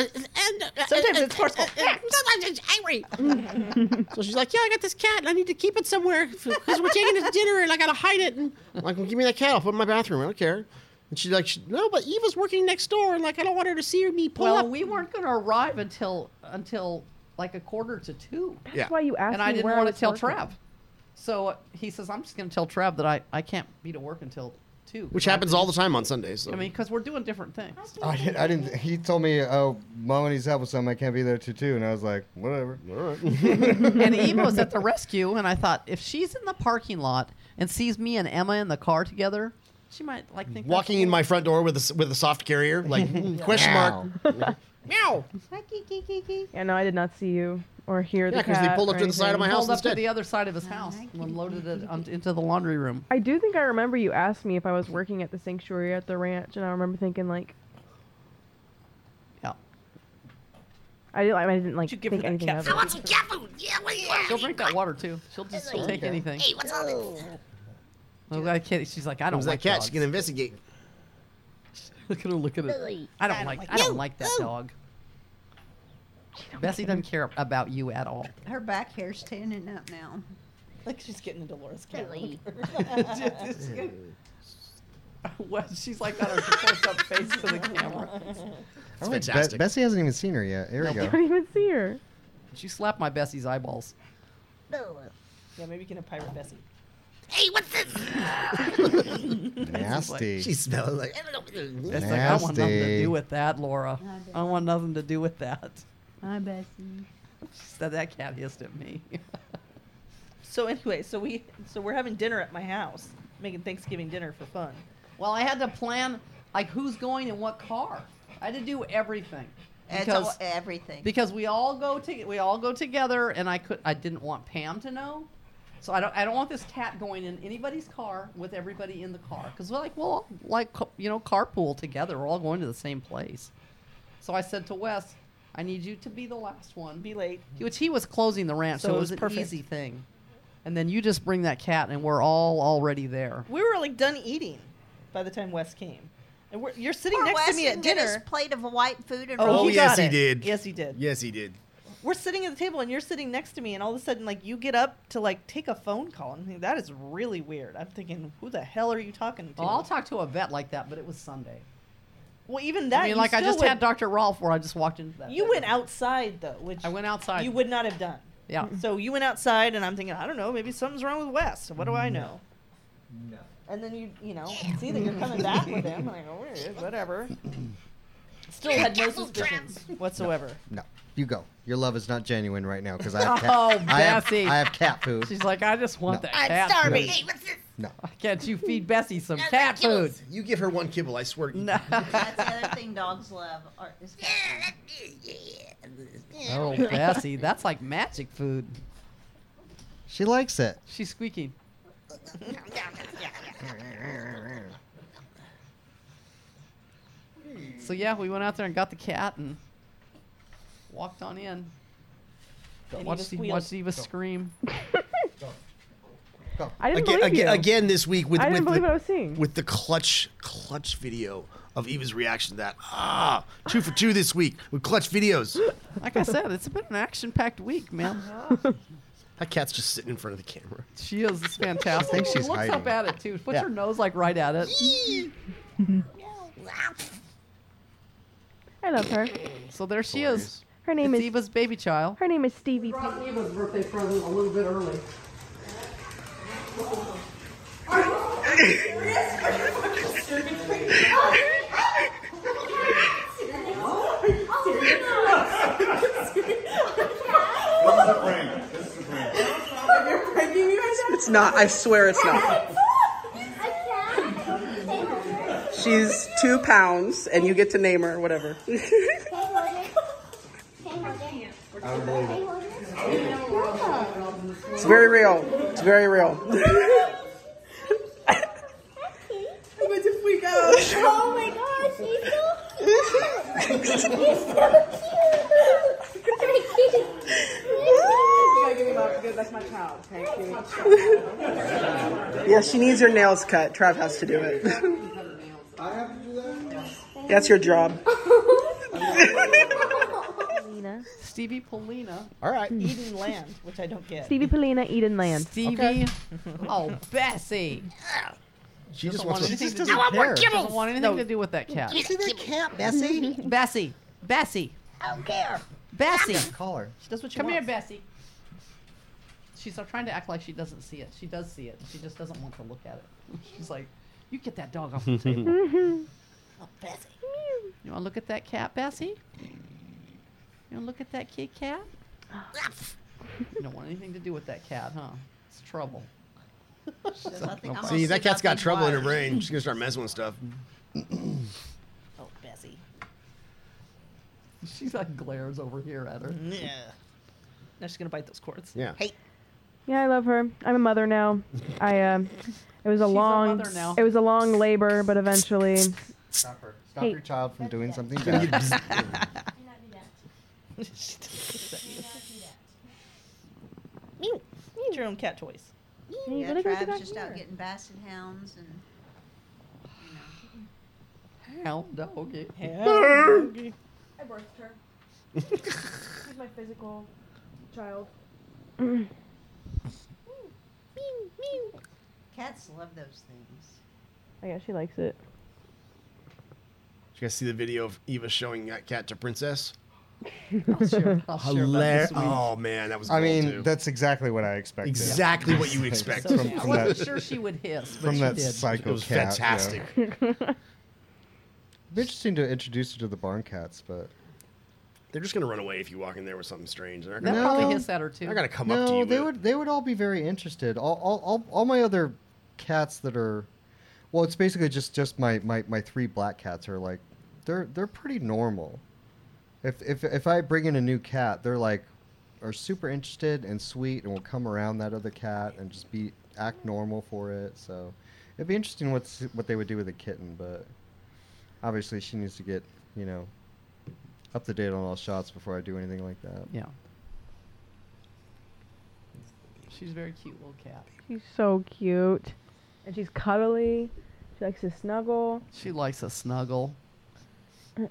S3: Sometimes it's forceful. uh, Sometimes it's angry. so she's like, "Yeah, I got this cat, and I need to keep it somewhere because we're taking it to dinner, and I gotta hide it." And I'm like, well, "Give me that cat. I'll put it in my bathroom. I don't care." And she's like, she- "No, but Eva's working next door, and like I don't want her to see me pull
S6: Well,
S3: up."
S6: we weren't going to arrive until until like a quarter to two.
S4: That's
S3: Yeah.
S4: why you asked
S6: and
S4: me
S6: I didn't
S4: where
S6: want to
S4: was
S6: tell
S4: working.
S6: Trav. So uh, he says, I'm just going to tell Trav that I, I can't be to work until 2.
S3: Which
S6: I-
S3: happens all the time on Sundays. So.
S6: I mean, because we're doing different things.
S2: I didn't, I didn't. He told me, "Oh, mom and he's out with something. I can't be there too, too." And I was like, "Whatever."
S3: all right.
S6: and Eva was at the rescue, and I thought, if she's in the parking lot and sees me and Emma in the car together, she might like think that's
S3: Walking in
S6: cool.
S3: my front door with a s- with a soft carrier, like mm, question mark. Meow.
S5: Hi, kiki, kiki, kiki.
S4: Yeah, no, I did not see you or hear the
S3: Yeah, 'cause
S4: cat.
S3: they pulled up
S4: or
S3: to the side of my
S4: anything.
S3: house
S6: Pulled up to
S3: instead.
S6: the other side of his house and then loaded it um, into the laundry room.
S4: I do think I remember you asked me if I was working at the sanctuary at the ranch, and I remember thinking like,
S6: Yeah.
S4: I didn't, I didn't like
S1: Did you give
S4: think
S1: her that
S4: anything
S1: cat
S4: of
S1: food?
S4: it.
S3: Some cat food. Yeah, well, yeah.
S6: She'll drink that water too. She'll just she'll take anything.
S3: Hey, what's all this?
S6: Oh, I can't. She's like, I
S3: What
S6: don't
S3: was
S6: like
S3: that cat? She
S6: dogs.
S3: can investigate.
S6: Look at her look at it. I don't like. I don't like that dog. Bessie doesn't care about you at all.
S5: Her back hair's standing up now.
S1: Like she's getting into Laura's cat.
S6: What? She's like got her close-up face to the camera.
S2: Oh, Be-
S3: fantastic.
S2: Bessie hasn't even seen her yet. Here we
S4: I
S2: go.
S4: don't even see her.
S6: She slapped my Bessie's eyeballs.
S1: Yeah, maybe you can have Pirate Bessie.
S3: Hey, what's this?
S2: Nasty.
S3: She's smelling like.
S6: It's like, I don't want nothing to
S2: Nasty.
S6: do with that, Laura. I don't want nothing to do with that.
S5: Hi, Bessie.
S6: She said that cat hissed at me.
S1: So anyway, so we so we're having dinner at my house, making Thanksgiving dinner for fun.
S6: well, I had to plan like who's going in what car. I had to do everything
S5: It's all, everything.
S6: because we all go to, we all go together and I could I didn't want Pam to know. So I don't I don't want this cat going in anybody's car with everybody in the car cuz we're like well like co- you know carpool together we're all going to the same place. So I said to Wes, I need you to be the last one.
S1: Be late.
S6: Which he was closing the ranch, so,
S1: So
S6: it
S1: it
S6: was,
S1: was
S6: an
S1: perfect.
S6: easy thing. And then you just bring that cat, and we're all already there.
S1: We were like done eating by the time Wes came, and we're, you're sitting
S5: Poor
S1: next to me
S5: Weston
S1: at
S5: did his
S1: dinner.
S5: plate of white food and
S1: Oh,
S5: rolled
S3: Oh,
S1: he
S3: yes,
S1: got
S3: he
S1: it.
S3: did.
S1: Yes, he did.
S3: Yes, he did.
S1: We're sitting at the table, and you're sitting next to me, and all of a sudden, like you get up to like take a phone call, and I'm thinking, that is really weird. I'm thinking, who the hell are you talking to?
S6: Well, I'll talk to a vet like that, but it was Sunday.
S1: well, even that.
S6: I mean,
S1: you
S6: like I
S1: still
S6: just
S1: would-
S6: had Dr. Rolf where I just walked into that.
S1: You went
S6: bedroom.
S1: outside though, which
S6: I went outside.
S1: You would not have done.
S6: Yeah.
S1: So you went outside, and I'm thinking, I don't know, maybe something's wrong with Wes. What do
S6: Mm.
S1: I know?
S7: No.
S1: And then you, you know, see that you're coming back with him. Like, oh, yeah, whatever. Still had no suspicions whatsoever.
S2: No, you go. Your love is not genuine right now because I have cat.
S6: Oh,
S2: I have,
S6: Bessie.
S2: I have cat food.
S6: She's like, I just want
S2: No.
S6: that cat. food."
S2: Hey,
S5: what's this?
S2: No,
S6: Can't you feed Bessie some cat food?
S3: You give her one kibble, I swear. to you.
S6: No.
S5: That's the other thing dogs love. Are, is cat
S6: Oh, Bessie, that's like magic food.
S2: she likes it.
S6: She's squeaking. so yeah, we went out there and got the cat and walked on in.
S1: And he
S6: Watched
S1: just
S6: Eva,
S1: squealed.
S6: watched Eva scream.
S4: I
S3: Again,
S4: didn't believe
S3: again,
S4: you.
S3: again this week with
S4: I
S3: with
S4: didn't believe
S3: the,
S4: what I was seeing.
S3: with the clutch clutch video of Eva's reaction to that. Ah, two for two this week with clutch videos.
S6: Like I said, it's been an action-packed week, man.
S3: That cat's just sitting in front of the camera.
S6: She is it's fantastic.
S2: think
S6: she
S2: she's
S6: looks up
S2: hiding.
S6: at it too. Puts
S3: Yeah.
S6: her nose like right at it.
S4: I love her.
S6: So there she is.
S4: Her name
S6: It's
S4: is
S6: Eva's baby child.
S4: her name is Stevie. P.
S7: Brought Eva's birthday present a little bit early.
S9: It's not. I swear it's not. She's two pounds, and you get to name her whatever.
S10: Oh
S9: It's very real. It's very real.
S10: Oh my gosh, she's so, she's so cute.
S9: Yeah, she needs her nails cut. Trav has to do it. I have to do that? That's your job.
S4: Polina.
S6: Stevie Polina.
S2: All right.
S1: Eden Land, which I don't get.
S4: Stevie Polina Eden Land.
S6: Stevie. Oh, Bessie.
S2: She just
S6: Doesn't
S2: wants
S6: want
S2: to. She
S6: anything
S2: just
S6: to do-
S2: doesn't care.
S6: Doesn't want anything to do with that cat.
S2: Bessie.
S6: Bessie. Bessie.
S10: I don't care.
S6: Bessie.
S2: Call her.
S1: She does what she
S6: Come here,
S1: wants.
S6: Bessie. She's uh, trying to act like she doesn't see it. She does see it. She just doesn't want to look at it. She's like, you get that dog off the table.
S5: Oh,
S6: You want to look at that cat, Bessie? You want to look at that kitty cat? you don't want anything to do with that cat, huh? It's trouble.
S5: There's nothing- I'm
S3: See,
S5: gonna
S3: that
S5: sit
S3: cat's
S5: up
S3: got
S5: and
S3: trouble in her
S5: watch.
S3: brain.
S2: Mm-hmm.
S3: She's gonna start messing with stuff.
S1: Oh, Bessie.
S6: She's like glares over here at her.
S1: Yeah. Now she's gonna bite those cords.
S2: Yeah.
S1: Hey.
S4: Yeah, I love her. I'm a mother now. I um, it was a
S6: She's a
S4: long,
S6: mother now.
S4: it was a long labor, but eventually,
S2: Stop her. Stop
S4: Hey.
S2: your child from doing something bad.
S10: Do not do that.
S1: She does that.
S10: Do not do that.
S1: Meow. Eat your own cat toys.
S4: Yeah, you
S5: Yeah,
S4: gotta go to
S5: Trav's
S4: that
S5: just
S4: mirror.
S5: out getting basset hounds and you know.
S6: Hound doggy.
S1: Yeah.
S10: I birthed her.
S4: She's my physical child.
S5: Cats love those things.
S4: I guess she likes it.
S11: you guys see the video of Eva showing that cat to Princess?
S6: I'll share, I'll share that
S11: Hilarious!
S6: this week.
S11: Oh man, that was.
S2: I
S11: gold,
S2: mean,
S11: too.
S2: that's exactly what I expected.
S11: exactly what you would expect from,
S6: So
S2: from-
S6: she- I
S2: from
S6: wasn't
S2: that-
S6: sure she would hiss, but
S2: From
S6: she
S2: that
S6: did.
S11: It
S2: psycho
S11: was
S2: cat. yeah.
S11: fantastic.
S2: It'd be interesting to introduce her to the barn cats, but
S11: They're just gonna run away if you walk in there with something strange. They're not
S6: That
S11: gonna,
S6: probably
S2: No.
S6: hiss at her too.
S11: they're not gonna come
S2: no,
S11: up to you.
S2: they
S11: with-
S2: would they would all be very interested. All, all, all, all my other cats that are, well, it's basically just just my, my, my three black cats are like, they're they're pretty normal. If if if I bring in a new cat, they're like, are super interested and sweet and will come around that other cat and just be act normal for it. So, it'd be interesting what's what they would do with a kitten, but obviously she needs to get you know up to date on all shots before I do anything like that.
S6: Yeah. She's a very cute little cat.
S4: She's so cute, and she's cuddly. She likes to snuggle.
S6: She likes a snuggle.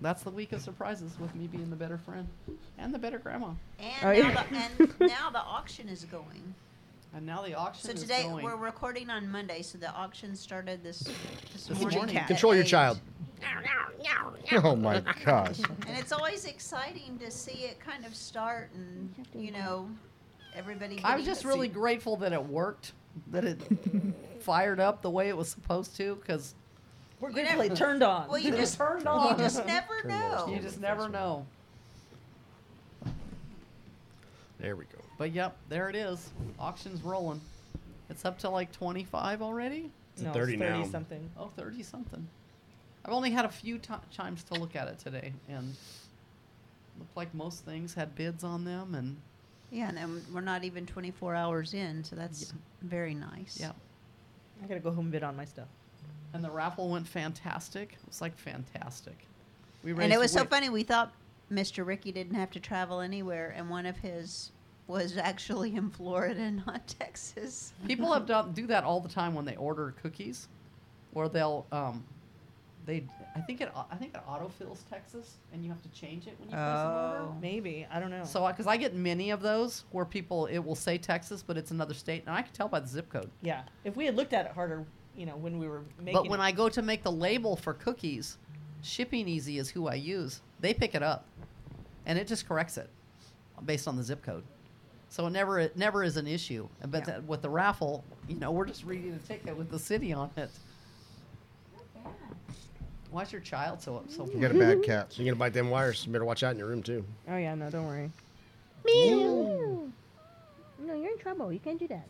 S6: That's the week of surprises with me being the better friend and the better grandma.
S5: And, now,
S4: Oh, yeah.
S5: the, and now the auction is going.
S6: And now the auction
S5: So
S6: is
S5: today
S6: going.
S5: we're recording on Monday, so the auction started this this
S6: This
S5: morning.
S6: morning.
S5: at
S11: Control your
S5: eight.
S11: child.
S2: Oh my gosh.
S5: And it's always exciting to see it kind of start, and you know, everybody.
S6: I was
S5: getting
S6: just
S5: to
S6: really
S5: see-
S6: grateful that it worked, that it fired up the way it was supposed to, because
S1: We're
S5: You
S1: grateful
S5: never-
S1: it turned on.
S5: Well, you just
S6: turned
S5: you
S6: on.
S5: just never
S2: Turn those
S5: know.
S6: you just never know.
S11: There we go.
S6: But yep, there it is. Auction's rolling. It's up to like 25 already?
S11: It's a 30 now.
S1: something.
S6: Oh, 30 something. I've only had a few ti times to look at it today, and looked like most things had bids on them, and
S5: Yeah, and then we're not even 24 hours in, so that's very nice.
S6: yeah.
S1: I gotta go home and bid on my stuff.
S6: And the raffle went fantastic. It was like fantastic. We
S5: And it was so
S6: way-
S5: funny. We thought Mr. Ricky didn't have to travel anywhere, and one of his was actually in Florida, not Texas.
S6: People have done do that all the time when they order cookies, or they'll um, they I think it au- I think it autofills Texas, and you have to change it when you place
S9: Oh.
S5: Oh.
S6: an order.
S1: Maybe I don't know.
S6: So, because I get many of those where people it will say Texas, but it's another state, and I can tell by the zip code.
S1: yeah, if we had looked at it harder, you know, when we were making.
S6: But when I go to make the label for cookies, Shipping Easy is who I use. They pick it up, and it just corrects it based on the zip code. So it never it never is an issue. But that, with the raffle, you know, we're just reading a ticket with the city on it. Why's your child so up so?
S2: You got a bad cat.
S11: So you're gonna bite them wires. You better watch out in your room too.
S4: Oh yeah, no, don't worry. No, you're in trouble. You can't do that.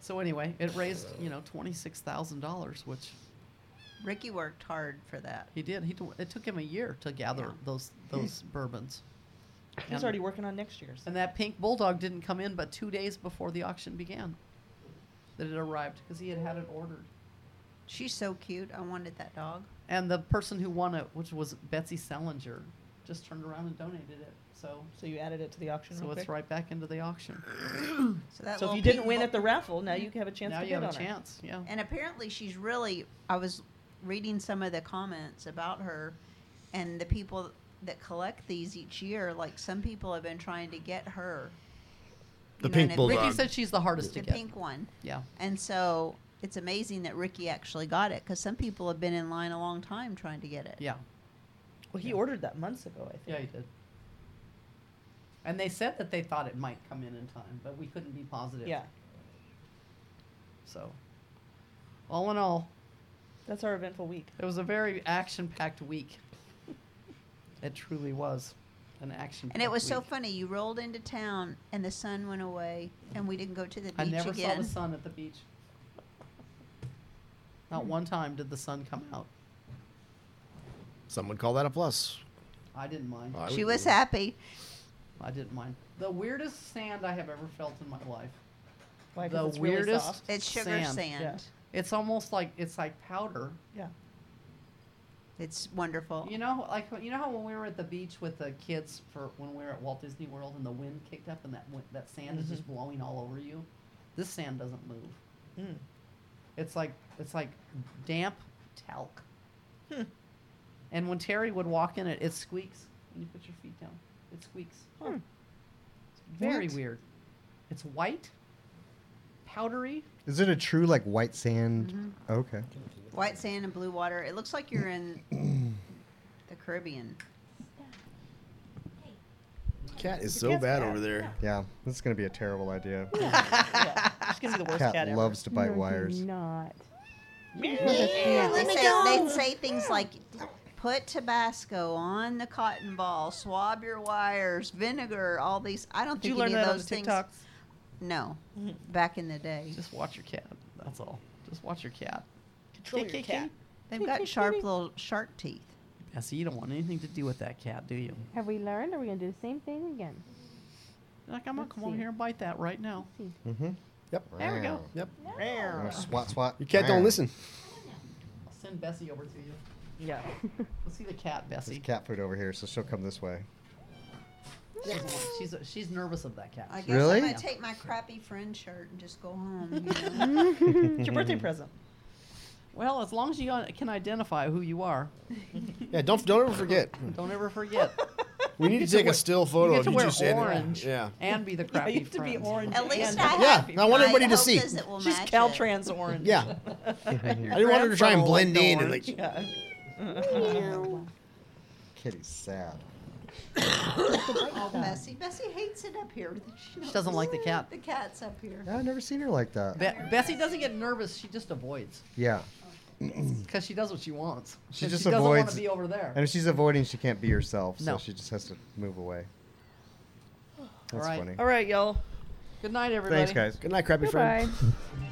S6: So anyway, it raised you know twenty six thousand dollars, which
S5: Ricky worked hard for that.
S6: he did. He t- it took him a year to gather those those bourbons.
S1: Hmm. he's already working on next year's.
S6: And that pink bulldog didn't come in but two days before the auction began. That it arrived because he had had it ordered.
S5: She's so cute. I wanted that dog.
S6: And the person who won it, which was Betsy Salinger, just turned around and donated it. So,
S1: So you added it to the auction.
S6: so
S1: real
S6: it's
S1: quick?
S6: right back into the auction.
S5: So that.
S1: So if
S5: little
S1: you didn't
S5: pink
S1: win
S5: bu-
S1: at the raffle, now you have a chance
S6: now
S1: to
S6: you
S1: bid
S6: have a
S1: on it.
S6: chance. Yeah.
S5: And apparently, she's really. I was reading some of the comments about her, and the people that collect these each year. Like some people have been trying to get her.
S11: The
S5: You know,
S11: pink
S5: and if
S11: bulldog.
S6: Ricky said she's the hardest to
S5: The
S6: get.
S5: pink one.
S6: Yeah.
S5: And so it's amazing that Ricky actually got it because some people have been in line a long time trying to get it.
S6: Yeah.
S1: Well, he ordered that months ago, I think.
S6: Yeah, he did. And they said that they thought it might come in in time, but we couldn't be positive.
S1: Yeah,
S6: So, all in all,
S1: that's our eventful week.
S6: It was a very action-packed week. it truly was an action.
S5: And it was so funny. You rolled into town and the sun went away and we didn't go to the beach
S6: I never
S5: again.
S6: saw the sun at the beach. Not
S5: Hmm.
S6: one time did the sun come out.
S11: Some would call that a plus.
S6: I didn't mind.
S11: I
S5: She
S11: would-
S5: was happy.
S6: I didn't mind. The weirdest sand I have ever felt in my life.
S1: Why? 'Cause
S6: the
S1: it's really
S6: weirdest.
S1: soft.
S5: It's sugar
S6: yeah.
S5: sand.
S6: It's almost like it's like powder.
S1: Yeah.
S5: It's wonderful.
S6: You know, like you know how when we were at the beach with the kids for when we were at Walt Disney World and the wind kicked up and that wind, that sand is just
S1: Mm-hmm.
S6: blowing all over you. This sand doesn't move.
S1: Mm.
S6: It's like it's like damp talc.
S1: Hmm.
S6: And when Terry would walk in it, it squeaks when you put your feet down. It squeaks.
S1: Hmm.
S6: It's very
S11: What?
S6: weird. It's white, powdery.
S2: Is it a true like white sand? Okay.
S5: White sand and blue water. It looks like you're in the Caribbean.
S11: Cat is so bad over there.
S2: Yeah, this is gonna be a terrible idea.
S1: It's gonna be the worst
S2: cat,
S1: cat, ever.
S2: loves to bite
S4: Mm-hmm. No, do
S2: wires.
S4: Not.
S5: they say, they'd say things like, put Tabasco on the cotton ball, swab your wires, vinegar, all these. I don't
S1: Did you
S5: think
S1: learn
S5: any of
S1: that on
S5: those
S1: the Mm-hmm.
S5: things.
S1: TikToks?
S5: No, back in the day,
S6: Just watch your cat. That's all. Just watch your cat.
S1: Control your cat.
S5: they've got sharp little shark teeth.
S6: Yeah, so you don't want anything to do with that cat, do you?
S4: Have we learned? Are we gonna do the same thing again?
S6: You're like, I'm gonna
S4: Let's
S6: come over
S4: see.
S6: here and bite that right now.
S2: Mm-hmm. Yep.
S6: There we go.
S11: Yep.
S2: Rawr. Swat swat.
S11: Your cat don't
S2: Rawr.
S11: listen.
S6: I'll send Bessie over to you.
S1: Yeah.
S6: Let's see the cat,
S2: There's
S6: Bessie.
S2: cat food over here, so she'll come this way.
S6: She's she's nervous of that cat.
S5: I guess
S2: Really?
S5: I'm gonna take my crappy friend shirt and just go home. you know?
S1: It's your
S2: Mm-hmm.
S1: birthday present.
S6: Well, as long as you can identify who you are,
S11: Yeah, don't don't ever forget.
S1: Hmm.
S6: don't ever forget.
S11: We need to take a still photo
S6: you get
S11: of
S6: to
S11: you
S6: wear
S11: two standing.
S6: orange
S11: Yeah.
S6: and be the
S1: Yeah,
S6: crappy
S1: you have to be
S6: friends.
S1: orange.
S5: At least
S1: and-
S5: I have.
S11: Yeah, I want
S5: my
S11: everybody to
S5: hope
S11: see.
S5: is it will
S1: She's
S5: match it.
S1: Caltrans orange.
S11: Yeah. I didn't want her to try and blend in and like
S1: Yeah.
S2: Kitty's sad.
S5: Oh, Bessie. Bessie hates it up here. She, knows
S6: doesn't like the cat.
S5: The cat's up here.
S2: Yeah, I've never seen her like that.
S6: Be- Bessie doesn't get nervous. She just avoids
S2: Yeah.
S6: because she does what she wants.
S2: Hmm. She
S6: And
S2: just
S6: doesn't wanna
S2: avoids-
S6: be over there.
S2: And if she's avoiding, she can't be herself, so
S6: No.
S2: she just has to move away. That's
S6: Alright.
S2: funny.
S1: All right, y'all.
S6: Good night, everybody.
S2: Thanks, guys.
S11: good night, crappy friend.
S4: Goodbye.